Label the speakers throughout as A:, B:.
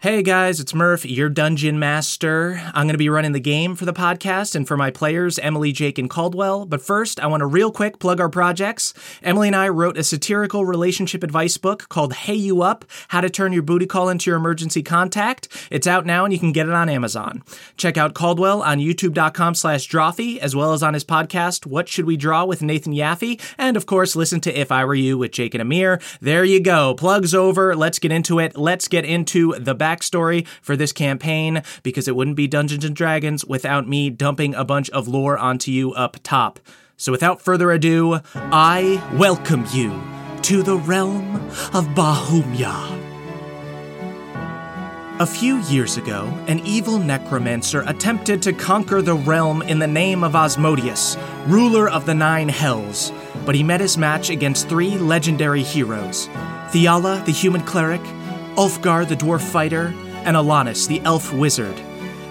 A: Hey guys, it's Murph, your dungeon master. I'm going to be running the game for the podcast and for my players, Emily, Jake, and Caldwell. But first, I want to real quick plug our projects. Emily and I wrote a satirical relationship advice book called Hey You Up How to Turn Your Booty Call into Your Emergency Contact. It's out now and you can get it on Amazon. Check out Caldwell on youtube.com slash Drawfee, as well as on his podcast, What Should We Draw with Nathan Yaffe. And of course, listen to If I Were You with Jake and Amir. There you go. Plugs over. Let's get into it. Let's get into the back backstory for this campaign because it wouldn't be Dungeons and Dragons without me dumping a bunch of lore onto you up top. So without further ado, I welcome you to the realm of Bahumya. A few years ago, an evil necromancer attempted to conquer the realm in the name of Osmodius, ruler of the Nine Hells, but he met his match against three legendary heroes Theala, the human cleric, Ulfgar the dwarf fighter, and Alanis the elf wizard.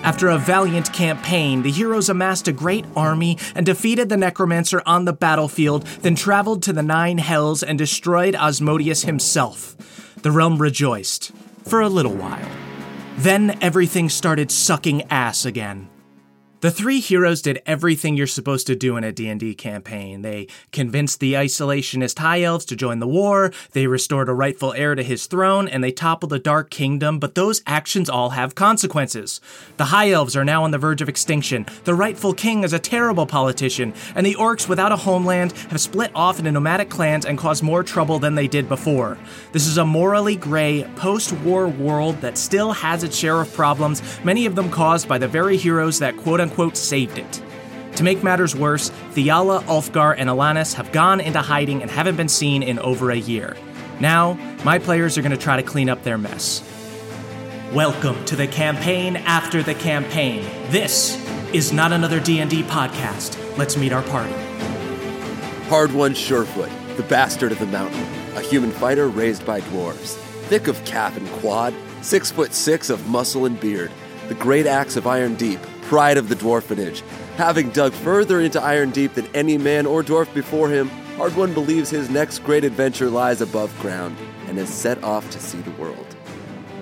A: After a valiant campaign, the heroes amassed a great army and defeated the necromancer on the battlefield, then traveled to the Nine Hells and destroyed Osmodius himself. The realm rejoiced for a little while. Then everything started sucking ass again. The three heroes did everything you're supposed to do in a D&D campaign. They convinced the isolationist high elves to join the war, they restored a rightful heir to his throne, and they toppled the dark kingdom, but those actions all have consequences. The high elves are now on the verge of extinction. The rightful king is a terrible politician, and the orcs without a homeland have split off into nomadic clans and caused more trouble than they did before. This is a morally gray post-war world that still has its share of problems, many of them caused by the very heroes that quote unquote quote, saved it. To make matters worse, Theala, Ulfgar, and Alanis have gone into hiding and haven't been seen in over a year. Now, my players are going to try to clean up their mess. Welcome to the campaign after the campaign. This is not another D&D podcast. Let's meet our party.
B: Hard One Surefoot, the bastard of the mountain, a human fighter raised by dwarves. Thick of cap and quad, six foot six of muscle and beard, the great axe of Iron Deep, pride of the dwarfenage. Having dug further into Iron Deep than any man or dwarf before him, Hard One believes his next great adventure lies above ground and is set off to see the world.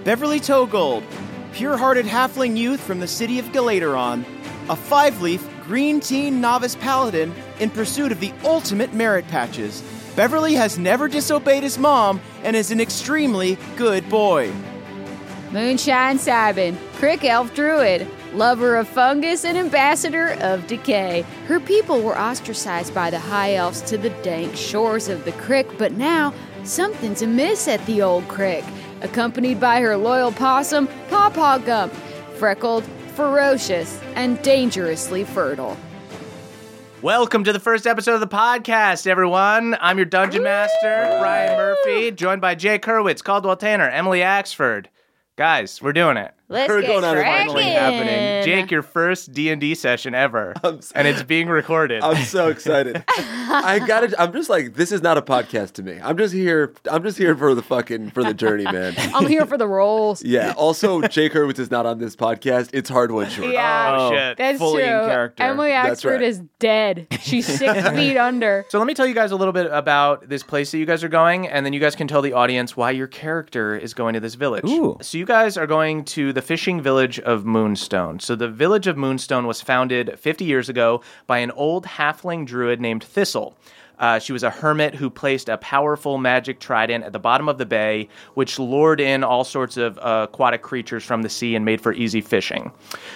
C: Beverly Togold, pure hearted halfling youth from the city of Galateron, a five leaf green teen novice paladin in pursuit of the ultimate merit patches. Beverly has never disobeyed his mom and is an extremely good boy.
D: Moonshine Sabin, Crick Elf Druid, lover of fungus and ambassador of decay. Her people were ostracized by the high elves to the dank shores of the crick, but now something's amiss at the old crick. Accompanied by her loyal possum, Pawpaw Gump, freckled, ferocious, and dangerously fertile.
A: Welcome to the first episode of the podcast, everyone. I'm your Dungeon Master, Ryan Murphy, joined by Jay Kerwitz, Caldwell Tanner, Emily Axford. Guys, we're doing it.
D: Let's
B: We're
D: get
B: going on a
D: cracking.
B: finally
C: Finally happening. Jake, your first D&D session ever. And it's being recorded.
B: I'm so excited. I got to I'm just like this is not a podcast to me. I'm just here I'm just here for the fucking for the journey, man.
D: I'm here for the rolls.
B: Yeah. Also, Jake Hurwitz is not on this podcast. It's hard one short.
D: Yeah.
C: oh, shit.
D: That's
C: Fully
D: true.
C: in character.
D: Emily
B: That's
D: Axford
B: right.
D: is dead. She's six feet under.
E: So let me tell you guys a little bit about this place that you guys are going, and then you guys can tell the audience why your character is going to this village.
F: Ooh.
E: So you guys are going to the fishing village of Moonstone. So the village of Moonstone was founded 50 years ago by an old halfling druid named Thistle. Uh, she was a hermit who placed a powerful magic trident at the bottom of the bay, which lured in all sorts of uh, aquatic creatures from the sea and made for easy fishing.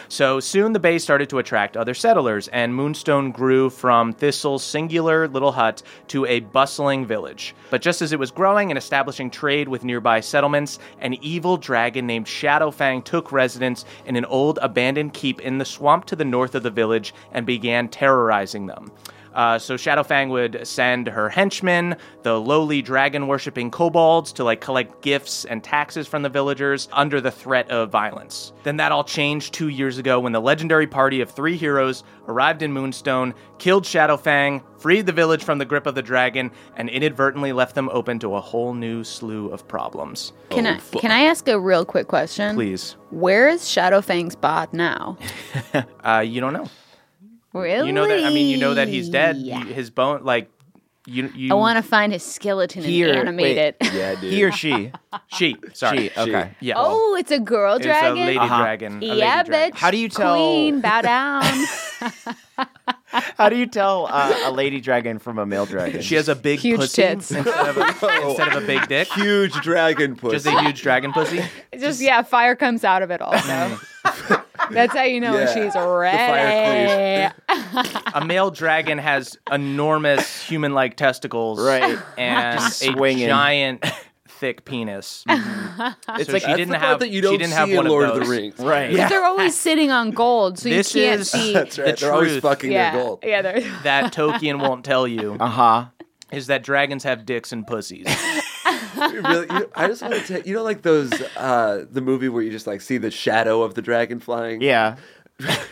E: So soon the bay started to attract other settlers, and Moonstone grew from Thistle's singular little hut to a bustling village. But just as it was growing and establishing trade with nearby settlements, an evil dragon named Shadowfang took residence in an old abandoned keep in the swamp to the north of the village and began terrorizing them. Uh, so Shadowfang would send her henchmen, the lowly dragon-worshipping kobolds, to like collect gifts and taxes from the villagers under the threat of violence. Then that all changed two years ago when the legendary party of three heroes arrived in Moonstone, killed Shadowfang, freed the village from the grip of the dragon, and inadvertently left them open to a whole new slew of problems.
D: Can I can I ask a real quick question?
E: Oh, Please,
D: Where is Shadowfang's bod now?
E: uh, you don't know.
D: Really?
E: You know that. I mean, you know that he's dead. His bone, like, you. you
D: I want to find his skeleton
F: Here,
D: and animate
F: wait.
D: it.
B: Yeah, dude.
F: He or she?
E: She. Sorry.
F: She. Okay.
E: Yeah.
D: Oh, it's a girl
E: It's
D: dragon.
E: a lady
F: Uh-huh.
E: dragon. a lady
D: yeah,
E: dragon.
D: bitch.
F: How do you tell-
D: Queen, bow down.
C: How do you tell uh, a lady dragon from a male dragon?
E: She has a big
D: Huge
E: pussy
D: tits.
E: Instead, of a, instead of a big dick.
B: Huge dragon pussy.
E: Just a huge dragon pussy.
D: Just yeah, fire comes out of it. Also, that's how you know
B: Yeah.
D: when she's
B: The
D: ready.
B: fire
E: A male dragon has enormous human-like testicles,
C: Right.
E: And a
C: swinging.
E: giant, thick penis.
C: it's
E: So
C: like
E: she
B: That's
E: didn't
B: the part
E: have-
B: that you
E: she
B: don't
E: didn't
B: see
E: have
B: in
E: one of
B: Lord of the
E: those.
B: Rings.
C: right.
D: But They're always sitting on gold, so
E: This
D: you can't
E: is-
D: see.
B: That's right.
E: The
B: They're always
E: truth.
B: fucking
D: yeah,
B: their gold.
D: yeah. They're,
E: That Tolkien won't tell you
C: Uh
B: Uh-huh.
C: huh.
E: is that dragons have dicks and pussies.
B: It really, you know, I just want to take you know like those uh the movie where you just like see the shadow of the dragon flying.
C: Yeah.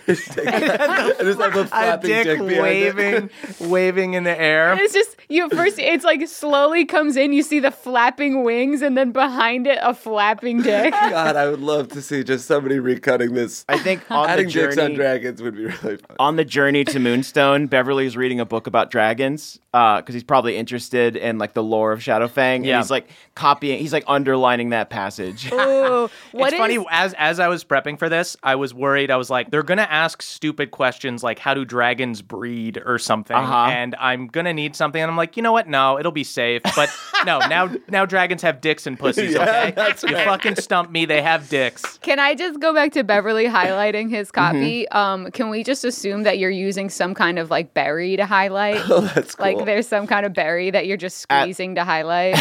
B: Just take that. I just have a flapping dick, behind it.
E: waving, waving in the air.
D: it's just you at first. It's like slowly comes in. You see the flapping wings, and then behind it, a flapping dick.
B: God, I would love to see just somebody recutting this.
C: I think on
B: Adding
C: the
B: dicks on
C: journey
B: dragons would be really fun.
C: on the journey to Moonstone, Beverly's reading a book about dragons because he's probably interested in like the lore of Shadowfang.
E: Yeah.
C: And he's like copying. He's like underlining that passage.
D: Ooh, what
E: it's funny
D: is-
E: as as I was prepping for this, I was worried. I was like, they're gonna ask stupid questions like how do dragons breed or something,
C: Uh-huh.
E: and I'm gonna need something. And I'm like, you know what? No, it'll be safe. But no, now now dragons have dicks and pussies.
B: Yeah,
E: okay,
B: that's
E: you
B: right.
E: fucking stump me. They have dicks.
D: Can I just go back to Beverly highlighting his copy? Um, can we just assume that you're using some kind of like berry to highlight?
B: That's cool.
D: Like there's some kind of berry that you're just
C: At-
D: squeezing to highlight.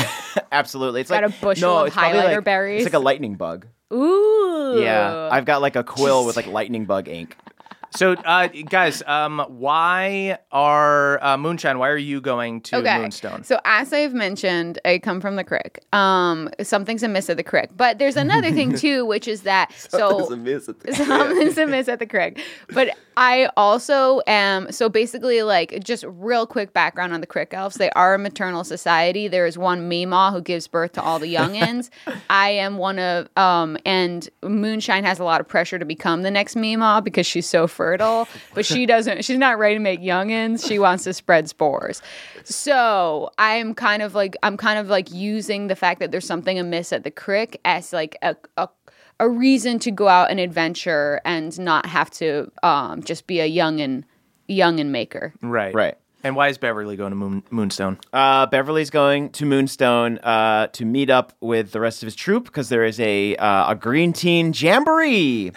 C: Absolutely. It's
D: Got
C: like
D: a bushel
C: no,
D: of
C: it's probably
D: highlighter
C: like,
D: berries.
C: It's like a lightning bug.
D: Ooh.
C: Yeah. I've got like a quill with like lightning bug ink.
E: So uh, guys, um, why are uh, Moonshine? Why are you going to Moonstone?
D: So as I've mentioned, I come from the crick. Um, something's amiss at the crick, but there's another thing too, which is that
B: There's a
D: so
B: miss at
D: Um,
B: the
D: something's amiss at the crick. But I also am so basically like just real quick background on the crick elves. They are a maternal society. There is one Meemaw who gives birth to all the youngins. I am one of um, and Moonshine has a lot of pressure to become the next Meemaw because she's so fertile, but she doesn't. She's not ready to make youngins. She wants to spread spores. So I'm kind of like I'm kind of like using the fact that there's something amiss at the crick as like a, a a reason to go out and adventure and not have to um, just be a young and young and maker.
E: right,
C: Right.
E: And why is Beverly going to Moon- Moonstone?
C: Uh, Beverly's going to Moonstone uh, to meet up with the rest of his troop because there is a uh, a green teen jamboree.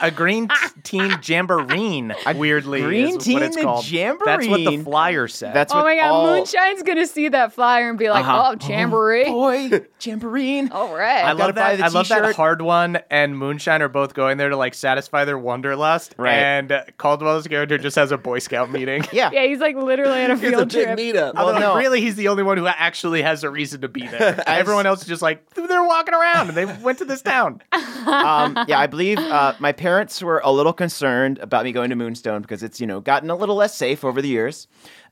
E: A green t- teen jamboree, weirdly,
C: green
E: is what it's
C: teen
E: called. That's what
C: jamboree.
E: the flyer said.
C: That's
D: Oh
C: what
D: my god,
C: all-
D: Moonshine's gonna see that flyer and be like,
C: Uh-huh.
D: "Oh, jamboree!
C: boy jamboree.
D: All right."
E: I
C: gotta
E: love
C: buy
E: that.
C: the
E: I love that
C: t-shirt.
E: hard one and Moonshine are both going there to like satisfy their wanderlust.
C: Right.
E: And uh, Caldwell's character just has a Boy Scout meeting.
C: Yeah.
D: yeah, he's like literally on a
B: It's a
D: field
B: big
D: trip.
B: meetup.
E: Well,
C: Well, no.
E: Really, he's the only one who actually has a reason to be there. Everyone else is just like they're were walking around and they went to this town.
F: um, yeah, I believe uh, my parents were a little concerned about me going to Moonstone because it's you know gotten a little less safe over the years.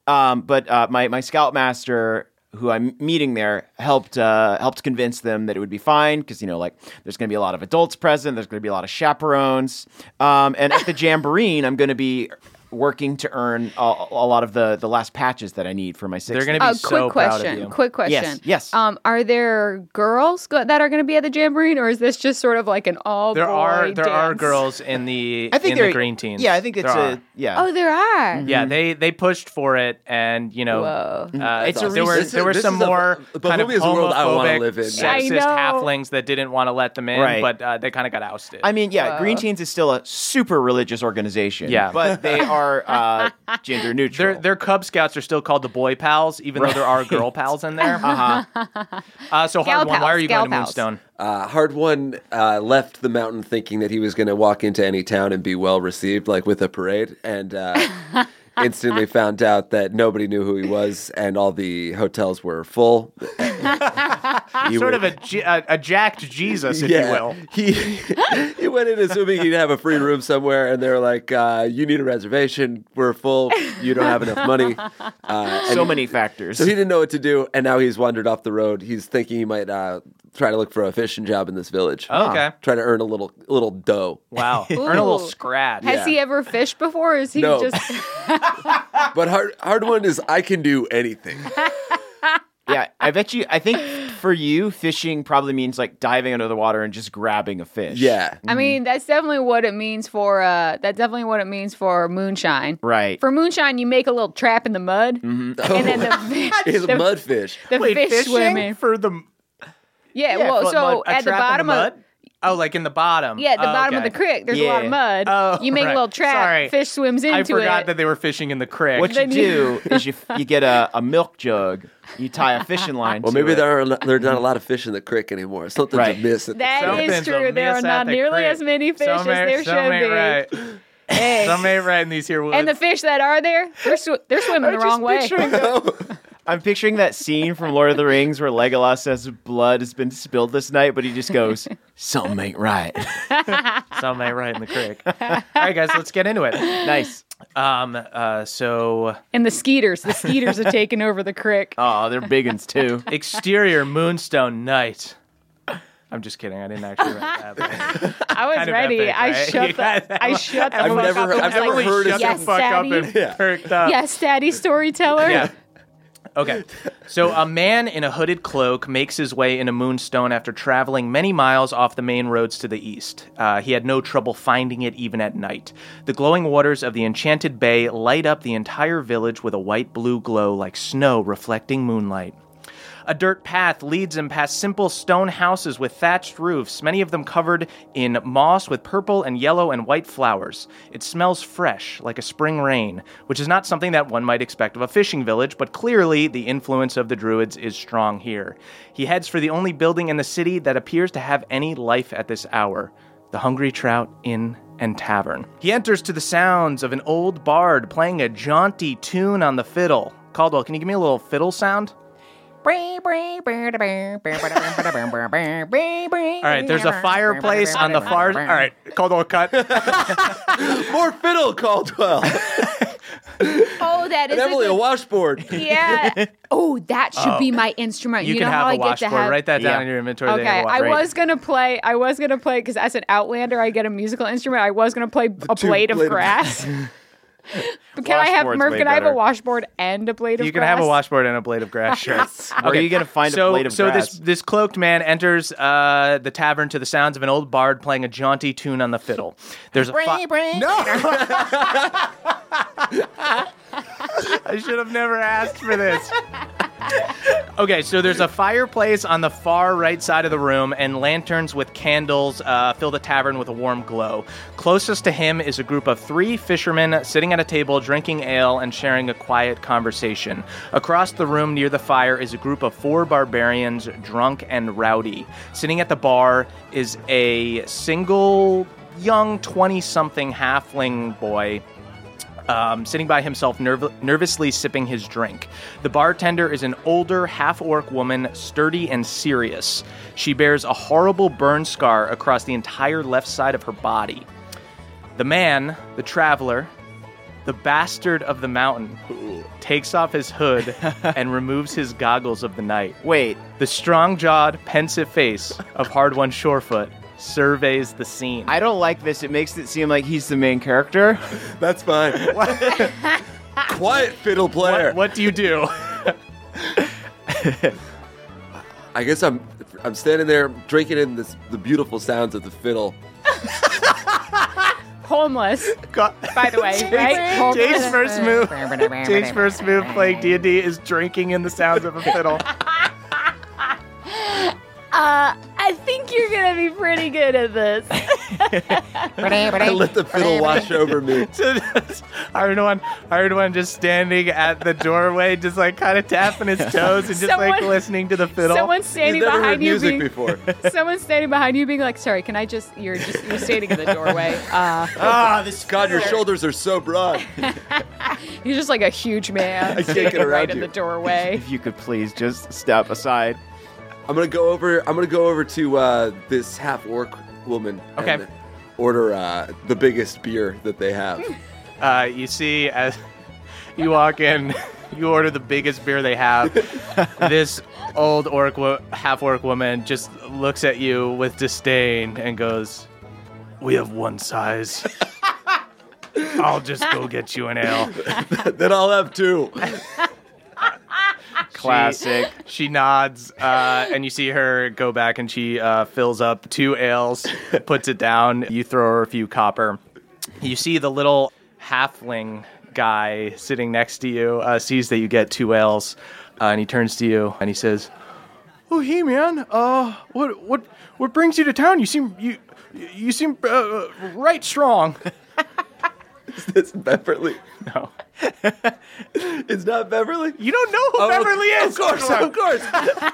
F: Um, but uh, my my scoutmaster, who I'm meeting there, helped uh, helped convince them that it would be fine because you know like there's going to be a lot of adults present, there's going to be a lot of chaperones, um, and at the jamboree, I'm going to be working to earn a, a lot of the the last patches that I need for my six.
E: They're going to be
D: Oh,
E: so
D: quick
E: proud of
D: question.
E: you.
D: Quick question.
F: yes.
D: Um, are there girls go- that are going to be at the jamboree, or is this just sort of like an all
E: There
D: boy
E: are there are
D: dance?
E: girls in the
F: Oh, I think
E: in the
F: they're-
E: green teens.
F: Yeah, I think it's
E: There
F: a
E: are.
F: yeah.
D: Oh, there are.
E: Yeah,
F: Mm-hmm.
E: they they pushed for it, and you know,
D: Whoa.
E: uh,
F: It's a
E: there were
F: recent-
E: there were
B: this
E: some
B: is a-
E: more
B: the
E: kind of
B: movie is the world I wanna
E: homophobic,
B: live in.
D: I
E: sexist
D: know.
E: halflings that didn't want to let them in,
F: Right.
E: but uh, they kind of got ousted.
F: I mean, yeah, Green Teens is still a super religious organization.
E: Yeah.
F: but they are uh, gender neutral.
E: their, their Cub Scouts are still called the Boy Pals, even though there are Girl Pals in there. Uh-huh. so,
D: Gal
E: Hard One, why
D: pals,
E: are you
D: gal
E: going to
D: pals.
E: Moonstone?
B: Uh, Hard One uh, left the mountain thinking that he was going to walk into any town and be well received, like with a parade, and uh, instantly found out that nobody knew who he was, and all the hotels were full. You
E: Sort
B: were-
E: of a, Je- a, a jacked Jesus, if you will.
B: He he went in assuming he'd have a free room somewhere, and they were like, uh, "You need a reservation. We're full. You don't have enough money." Uh, and
F: so
B: he-
F: many factors.
B: So he didn't know what to do, and now he's wandered off the road. He's thinking he might uh, try to look for a fishing job in this village.
E: Oh, okay.
B: try to earn a little little dough.
E: Wow. Earn a little
D: Ooh.
E: scratch.
D: Has he ever fished before? Or is he
B: No.
D: just?
B: But hard hard one is I can do anything.
F: yeah, I bet you. I think for you, fishing probably means like diving under the water and just grabbing a fish.
B: Yeah,
D: I mean, that's definitely what it means for. Uh, that's definitely what it means for moonshine.
F: Right.
D: For moonshine, you make a little trap in the mud,
B: Mm-hmm.
D: and then the,
B: he's a
D: the,
B: mudfish.
D: the
E: Wait,
D: fish
E: fishing
D: swimming.
E: for the
D: yeah,
E: yeah,
D: well,
E: for
D: so
E: mud- a
D: at the
E: trap in
D: bottom of
E: mud? Oh, like in the bottom.
D: yeah, at the
E: Oh,
D: bottom
E: okay.
D: of the creek, there's a lot
F: Yeah.
D: of mud.
E: Oh,
D: you make
E: right.
D: a little trap.
E: Sorry.
D: Fish swims into
E: I forgot
D: it.
E: that they were fishing in the creek.
F: What you
D: Then you-
F: do is you you get a, a milk jug, you tie a fishing line.
B: Well,
F: to
B: maybe
F: it.
B: there are there's not a lot of fish in the creek anymore. Something's
F: Right.
B: amiss. at the
D: That
B: time.
D: is
E: Something's
D: true. There
E: amiss
D: are not
E: at the
D: nearly
E: creek.
D: as many fish
E: Some
D: as
E: ain't-
D: there
E: some
D: should
E: ain't
D: be.
E: Right. Some ain't right in these here woods.
D: and the fish that are there, they're sw- they're swimming the wrong way.
F: I'm picturing that scene from Lord of the Rings where Legolas says blood has been spilled this night, but he just goes, "Something ain't right."
E: Some ain't right in the creek. All right, guys, let's get into it.
F: nice.
E: Um, uh, so
D: And the skeeters, the skeeters have taken over the crick.
F: Oh, they're big ones too.
E: exterior moonstone night. I'm just kidding. I didn't actually write that.
D: I was
E: kind of
D: ready.
E: epic,
D: I
E: right?
D: shut
E: Yeah,
D: the I shut the
B: I've
D: fuck
B: never
D: up.
B: heard-
D: and
B: I've
D: was
B: never
D: like,
B: heard a
E: Shut
D: yes,
E: the fuck
D: daddy.
E: up and perked up.
D: Yes, daddy storyteller.
E: Yeah. Okay. So a man in a hooded cloak makes his way in a moonstone after traveling many miles off the main roads to the east. Uh, he had no trouble finding it even at night. The glowing waters of the enchanted bay light up the entire village with a white blue glow like snow reflecting moonlight. A dirt path leads him past simple stone houses with thatched roofs, many of them covered in moss with purple and yellow and white flowers. It smells fresh, like a spring rain, which is not something that one might expect of a fishing village, but clearly the influence of the druids is strong here. He heads for the only building in the city that appears to have any life at this hour the Hungry Trout Inn and Tavern. He enters to the sounds of an old bard playing a jaunty tune on the fiddle. Caldwell, can you give me a little fiddle sound? All right, there's a fireplace on the far. All right, Caldwell, cut.
B: More fiddle, Caldwell,
D: Oh, that is
B: and
D: a
B: Emily, a
D: good-
B: washboard.
D: Yeah. Oh, that should be my instrument.
E: You,
D: You,
E: can
D: know how
E: have
D: I
E: a
D: get
E: washboard.
D: to have
E: Write that down
F: Yeah.
E: in your inventory.
D: Okay,
E: They have a
D: I
E: washboard.
D: was gonna play. I was gonna play because as an outlander, I get a musical instrument. I was gonna play a
B: two
D: blade of
B: blade of-
D: grass. but can I have
F: Washboard's
D: Merv?
F: way
D: Can I have a
F: better.
D: washboard and a blade of
E: You
D: grass?
E: can have a washboard and a blade of grass. Sure.
F: Where are you gonna find
E: so,
F: a blade of
E: so
F: grass?
E: this this cloaked man enters uh, the tavern to the sounds of an old bard playing a jaunty tune on the fiddle. There's a fi- I should have never asked for this. Okay, so there's a fireplace on the far right side of the room, and lanterns with candles uh, fill the tavern with a warm glow. Closest to him is a group of three fishermen sitting at a table, drinking ale and sharing a quiet conversation. Across the room near the fire is a group of four barbarians, drunk and rowdy. Sitting at the bar is a single young 20 something halfling boy um, sitting by himself, nerv- nervously sipping his drink. The bartender is an older, half orc woman, sturdy and serious. She bears a horrible burn scar across the entire left side of her body. The man, the traveler, the bastard of the mountain, takes off his hood and removes his goggles of the night.
C: Wait,
E: The strong jawed, pensive face of Hard One Shorefoot surveys the scene.
C: I don't like this. It makes it seem like he's the main character.
B: That's fine. Quiet fiddle player.
E: what, what do you do?
B: I guess I'm I'm standing there drinking in this, the beautiful sounds of the fiddle.
D: Homeless, by the way, right? Homeless.
E: Jake's first move. Jake's first move playing D and D is drinking in the sounds of a fiddle.
D: Uh, I think you're gonna be pretty good at this.
B: I let the fiddle wash over me.
E: Iron One, Iron One, just standing at the doorway, just like kind of tapping his toes and just like
D: Someone-
E: listening to the fiddle.
D: Someone's
B: He's
D: standing
B: never heard
D: behind you.
B: music
D: Being,
B: before.
D: someone's standing behind you, being like, "Sorry, can I just?" You're just you're standing in the doorway. Uh,
C: Ah, this
B: God, your shoulders are so broad.
D: you're just like a huge man
B: I can't
D: standing
B: get around
D: right in
B: you.
D: the doorway.
C: If you could please just step aside.
B: I'm gonna go over. I'm gonna go over to uh, this half orc woman.
E: Okay.
B: and Order uh, the biggest beer that they have.
E: Uh, you see, as you walk in, you order the biggest beer they have. this old orc, wo- half orc woman just looks at you with disdain and goes, "We have one size." I'll just go get you an ale.
B: then I'll have two.
C: Classic.
E: She nods, uh, and you see her go back, and she uh, fills up two ales, puts it down. You throw her a few copper. You see the little halfling guy sitting next to you uh, sees that you get two ales, uh, and he turns to you and he says, "Oh, hey, man. Uh, what, what, what brings you to town? You seem you, you seem uh, right strong."
B: It's Beverly.
E: No.
B: It's not Beverly.
E: You don't know who
B: Oh,
E: Beverly
B: Of
E: is.
B: course, of course. Uh,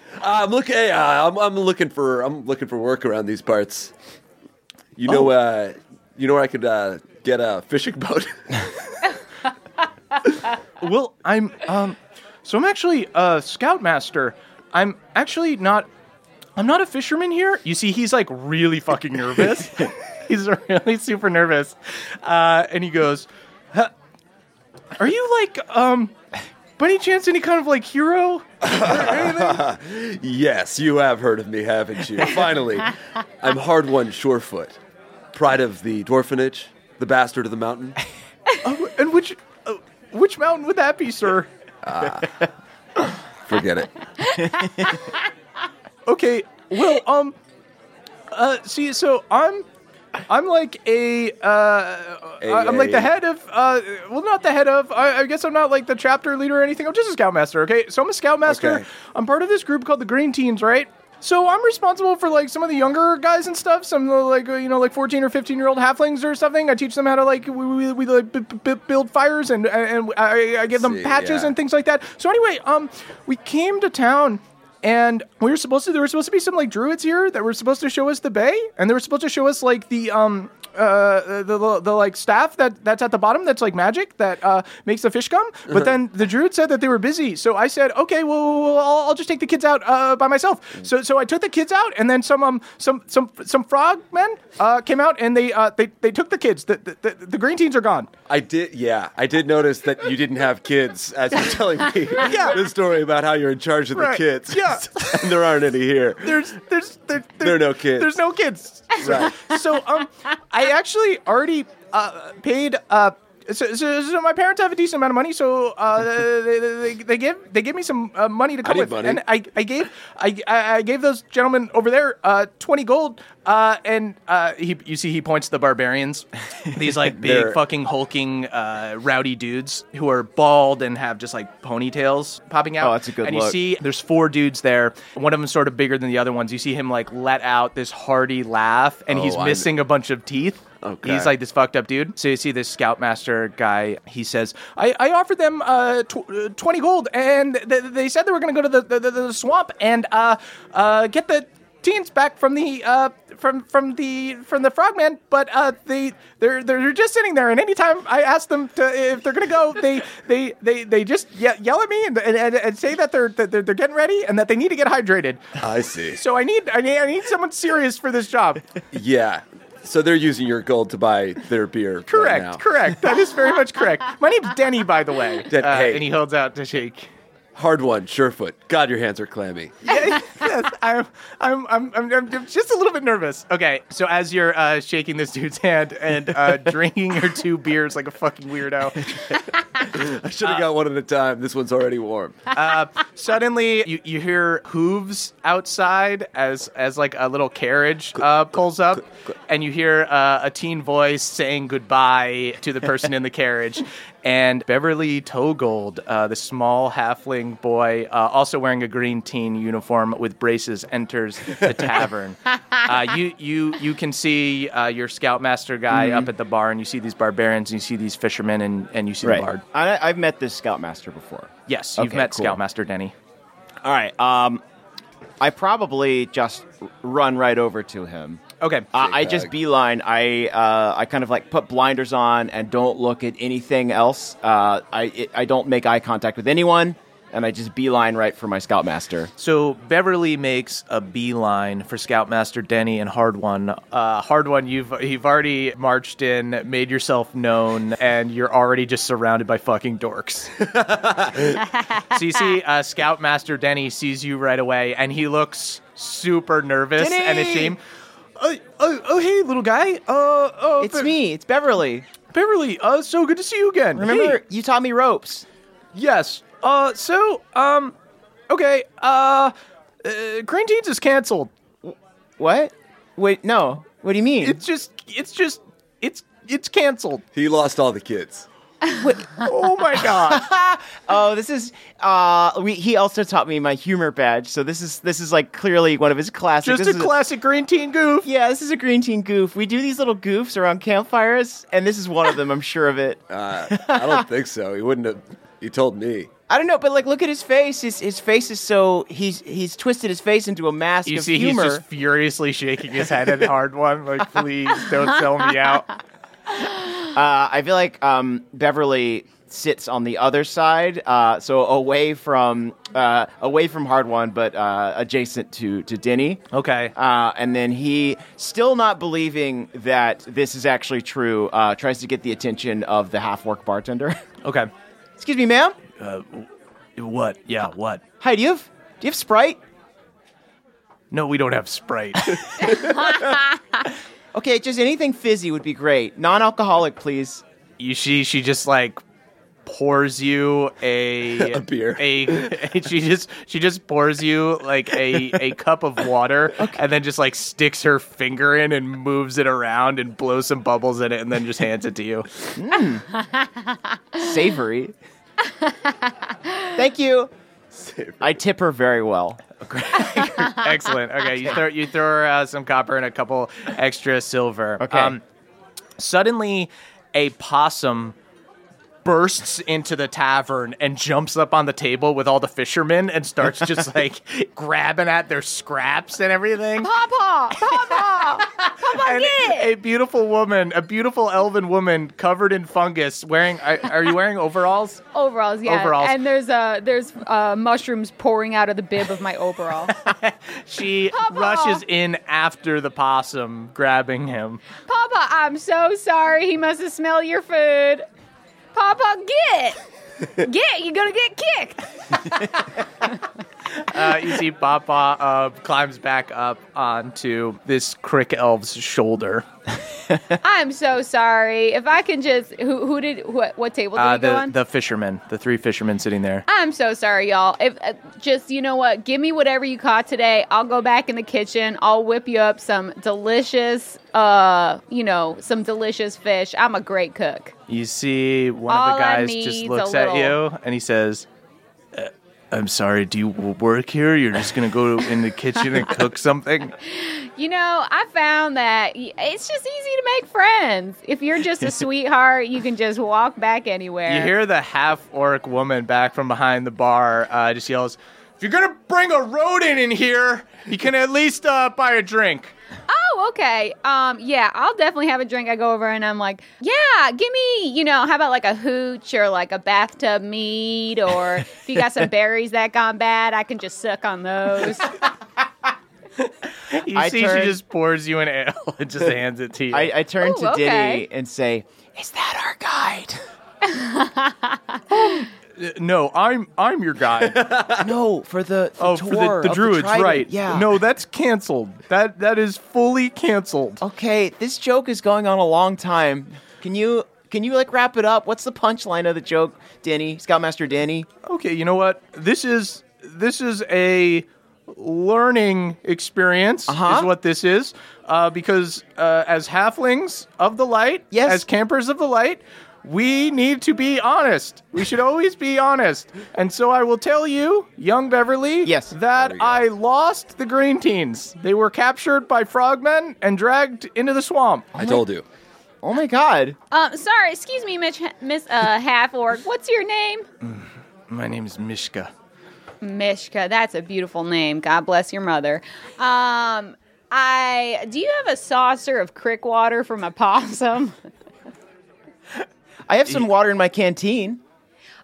B: I'm looking. Uh, I'm, I'm looking for. I'm looking for work around these parts. You
E: Oh.
B: know. Uh, you know where I could uh, get a fishing boat.
E: Well, I'm um so I'm actually a scoutmaster. I'm actually not I'm not a fisherman here. You see he's like really fucking nervous. he's really super nervous. Uh and he goes, "Huh, "Are you like um by any chance any kind of like hero?"
B: yes, you have heard of me, haven't you? Finally, I'm hard one Shorefoot, pride of the dwarfinage, the bastard of the mountain.
E: And which uh, which mountain would that be, sir?
B: Forget it.
E: Okay. Well, um uh see so I'm I'm like a uh
B: A-
E: I- I'm like the
B: a-
E: head of, uh, well, not the head of. I, I guess I'm not like the chapter leader or anything. I'm just a scoutmaster. Okay, so I'm a scoutmaster.
B: Okay.
E: I'm part of this group called the Green Teens, right? So I'm responsible for like some of the younger guys and stuff. Some of the, like uh, you know like 14 or 15 year old halflings or something. I teach them how to like we, we, we like b- b- b- build fires and and I, I give them
B: See,
E: patches
B: yeah.
E: and things like that. So anyway, um, we came to town. And we were supposed to. There were supposed to be some like druids here that were supposed to show us the bay, and they were supposed to show us like the um uh, the, the the like staff that that's at the bottom that's like magic that uh, makes the fish come.
B: Uh-huh.
E: But then the druid said that they were busy, so I said, okay, well, well, I'll, I'll just take the kids out uh, by myself. So so I took the kids out, and then some um some some some frog men uh, came out and they uh, they they took the kids. The, the, the, the green teens are gone.
B: I did, yeah. I did notice that you didn't have kids as you're telling me
E: Yeah.
B: this story about how you're in charge of
E: Right.
B: the kids.
E: Yeah.
B: and there aren't any here.
E: There's there's there,
B: There are no kids.
E: There's no kids.
B: Right.
E: so um, I actually already uh, paid uh. So, so, so my parents have a decent amount of money, so uh, they, they, they give they give me some uh, money to come
B: need
E: with,
B: money.
E: and I, I gave I, I I gave those gentlemen over there uh, twenty gold, uh, and uh, he you see he points to the barbarians, these like big
B: They're-
E: fucking hulking uh, rowdy dudes who are bald and have just like ponytails popping out.
C: Oh, that's a good
E: And you
C: look.
E: see there's four dudes there. One of them's sort of bigger than the other ones. You see him like let out this hearty laugh, and he's
B: Oh, I'm-
E: missing a bunch of teeth.
B: Okay.
E: He's like this fucked up dude. So you see this scoutmaster guy. He says, "I, I offered them uh, tw- uh, twenty gold, and th- they said they were going to go to the, the, the, the swamp and uh, uh, get the teens back from the uh, from from the from the frogman, but uh, they they're they're just sitting there, and anytime I ask them to if they're gonna go, they they they, they just ye- yell at me and, and, and, and say that they're, that they're they're getting ready and that they need to get hydrated.
B: I see.
E: So I need I need I need someone serious for this job.
B: Yeah. So they're using your gold to buy their beer.
E: Correct,
B: Right now.
E: correct. That is very much correct. My name's Denny, by the way.
B: Den-
E: Uh,
B: hey.
E: And he holds out to Shake.
B: Hard one, Surefoot. God, your hands are clammy.
E: yes, I'm, I'm, I'm, I'm, I'm just a little bit nervous. Okay, so as you're uh, shaking this dude's hand and uh, drinking your two beers like a fucking weirdo,
B: I should have got one at a time. This one's already warm.
E: suddenly you, you hear hooves outside as as like a little carriage uh, pulls up, and you hear uh, a teen voice saying goodbye to the person in the carriage. And Beverly Togold, uh, the small halfling boy, uh, also wearing a green teen uniform with braces, enters the tavern. uh, you you you can see uh, your scoutmaster guy
C: Mm-hmm.
E: up at the bar, and you see these barbarians, and you see these fishermen, and, and you see the bard.
C: I, I've met this scoutmaster before.
E: Yes, you've
C: Okay,
E: met
C: cool.
E: Scoutmaster Denny.
C: All right. Um, I probably just r- run right over to him.
E: Okay.
C: Uh, I just beeline. I uh, I kind of like put blinders on and don't look at anything else. Uh, I it, I don't make eye contact with anyone, and I just beeline right for my scoutmaster.
E: So Beverly makes a beeline for Scoutmaster Denny and Hard One. Uh, Hard One, you've you've already marched in, made yourself known, and you're already just surrounded by fucking dorks. so you see, uh, Scoutmaster Denny sees you right away, and he looks super nervous
C: Denny!
E: and ashamed. Oh, oh, oh, hey, little guy. Uh, oh,
C: It's me. It's Beverly.
E: Beverly. Uh, so good to see you again.
C: Remember
E: Hey.
C: you taught me ropes.
E: Yes. Uh. So. Um. Okay. Uh. uh Green Teens is canceled.
C: What? Wait, no. What do you mean?
E: It's just. It's just. It's. It's canceled.
B: He lost all the kids.
E: Oh my god.
C: oh, this is. Uh, we, he also taught me my humor badge. So this is this is like clearly one of his classics.
E: just
C: This
E: a
C: is
E: classic Green Teen goof.
C: Yeah, this is a green team goof. We do these little goofs around campfires, and this is one of them. I'm sure of it.
B: I don't think so. He wouldn't have. He told me.
C: I don't know, but like, look at his face. His his face is so he's he's twisted his face into a mask
E: You
C: of
E: see,
C: humor.
E: he's just furiously shaking his head at Hard One. Like, please don't sell me out.
C: uh, I feel like um, Beverly sits on the other side, uh, so away from uh, away from Hard One, but uh, adjacent to to Denny.
E: Okay.
C: Uh, and then he, still not believing that this is actually true, uh, tries to get the attention of the half work bartender.
E: Okay.
C: Excuse me, ma'am.
E: What? Yeah. What?
C: Hi, do you have do you have Sprite?
E: No, we don't have Sprite.
C: Okay, just anything fizzy would be great. Non-alcoholic, please.
E: you see, she just like pours you a
B: A beer.
E: A, she just she just pours you like a a cup of water, and then just like sticks her finger in and moves it around and blows some bubbles in it, and then just hands it to you.
C: Savory. Thank you. I tip her very well.
E: Excellent. Okay, you throw you throw her, uh, some copper and a couple extra silver. Um,
C: Okay.
E: suddenly, a possum bursts into the tavern and jumps up on the table with all the fishermen and starts just like grabbing at their scraps and everything.
D: Papa! Papa!
E: And a beautiful woman, a beautiful elven woman covered in fungus, wearing are, are you wearing overalls?
D: Overalls, yeah.
E: Overalls.
D: And there's uh there's uh mushrooms pouring out of the bib of my overall.
E: She rushes in after the possum, grabbing him.
D: Papa, I'm so sorry. He must have smelled your food. Papa, get. Get, you're gonna get kicked.
E: uh, you see Papa uh, climbs back up onto this Crick Elf's shoulder.
D: I'm so sorry. If I can just who who did what what table did
E: Uh,
D: we go
E: the
D: on?
E: the fishermen, the three fishermen sitting there.
D: I'm so sorry, y'all. If uh, just you know what, give me whatever you caught today. I'll go back in the kitchen. I'll whip you up some delicious, uh, you know, some delicious fish. I'm a great cook.
E: You see one of
D: All
E: the
D: I
E: guys just
D: need's a
E: looks at
D: little-
E: you and he says, "Uh, "I'm sorry. Do you w- work here? You're just gonna go in the kitchen and cook something?"
D: You know, I found that y- it's just easy to make friends. If you're just a sweetheart, you can just walk back anywhere.
E: You hear the half orc woman back from behind the bar uh, just yells, If you're gonna bring a rodent in here, you can at least uh, buy a drink.
D: Oh, okay. Um, yeah, I'll definitely have a drink. I go over and I'm like, yeah, give me, you know, how about like a hooch or like a bathtub mead or if you got some berries that gone bad, I can just suck on those.
E: You
C: I
E: see,
C: turn-
E: she just pours you an ale and just hands it to you.
C: I, I turn
D: Ooh,
C: to Diddy
D: okay.
C: and say, "Is that our guide?"
E: no, I'm I'm your guy.
C: no, for the, the
E: Oh,
C: tour
E: for the, the
C: of
E: druids,
C: trident.
E: right?
C: Yeah.
E: No, that's canceled. That that is fully canceled.
C: Okay, this joke is going on a long time. Can you can you like wrap it up? What's the punchline of the joke, Danny? Scoutmaster Danny.
E: Okay, you know what? This is this is a learning experience
C: Uh-huh.
E: is what this is uh, because uh, as halflings of the light
C: Yes.
E: as campers of the light we need to be honest we should always be honest and so i will tell you young beverly
C: Yes.
E: that i lost the green teens they were captured by frogmen and dragged into the swamp
B: I told you.
C: Oh my God.
D: um, sorry, excuse me, Mitch, Miss uh, Half Orc. What's your name?
E: my name is mishka
D: Mishka. That's a beautiful name. God bless your mother. Um, I do you have a saucer of crick water from a possum?
C: I have some water in my canteen.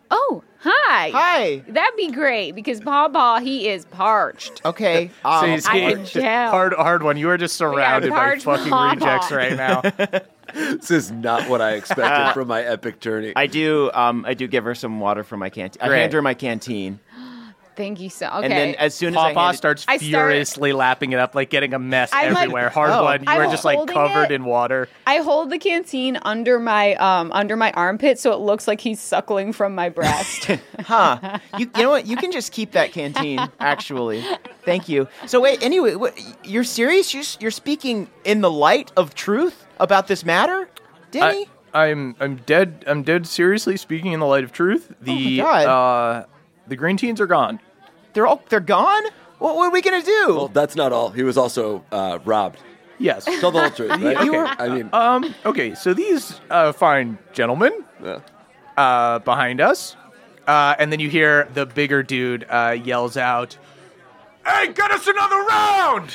D: Oh, hi.
C: Hi.
D: That'd be great because Pawpaw he is parched.
C: Okay. Um,
E: See, see,
D: can tell.
E: hard hard one you are just surrounded by
D: hard
E: fucking
D: mama.
E: rejects right now
B: This is not what I expected from my epic journey.
C: I do. Um, I do give her some water from my canteen. I
E: Great.
C: hand her my canteen,
D: Thank you so. Okay.
C: and then as soon as I hand
E: Papa
C: it-
E: starts
D: I started-
E: furiously lapping it up, like getting a mess
D: I'm like-
E: everywhere. Hard
C: Oh.
E: one, you
D: I'm
E: are just like
D: holding
E: covered
D: it.
E: in water.
D: I hold the canteen under my um under my armpit so it looks like he's suckling from my breast.
C: huh? You, you know what? You can just keep that canteen. Actually, thank you. So wait. Anyway, what, you're serious? You're, s- you're speaking in the light of truth about this matter, Danny?
E: I'm I'm dead. I'm dead. Seriously speaking, in the light of
D: Oh
E: truth, the
C: God.
E: uh, the green teens are gone.
C: they're all they're gone. What, what are we gonna do?
B: Well, that's not all. He was also uh, robbed.
E: Yes.
B: Tell the whole truth, right?
C: You were-
B: I mean,
E: um. Okay. So these uh, fine gentlemen
B: yeah.
E: uh, behind us, uh, and then you hear the bigger dude uh, yells out, "Hey, get us another round!"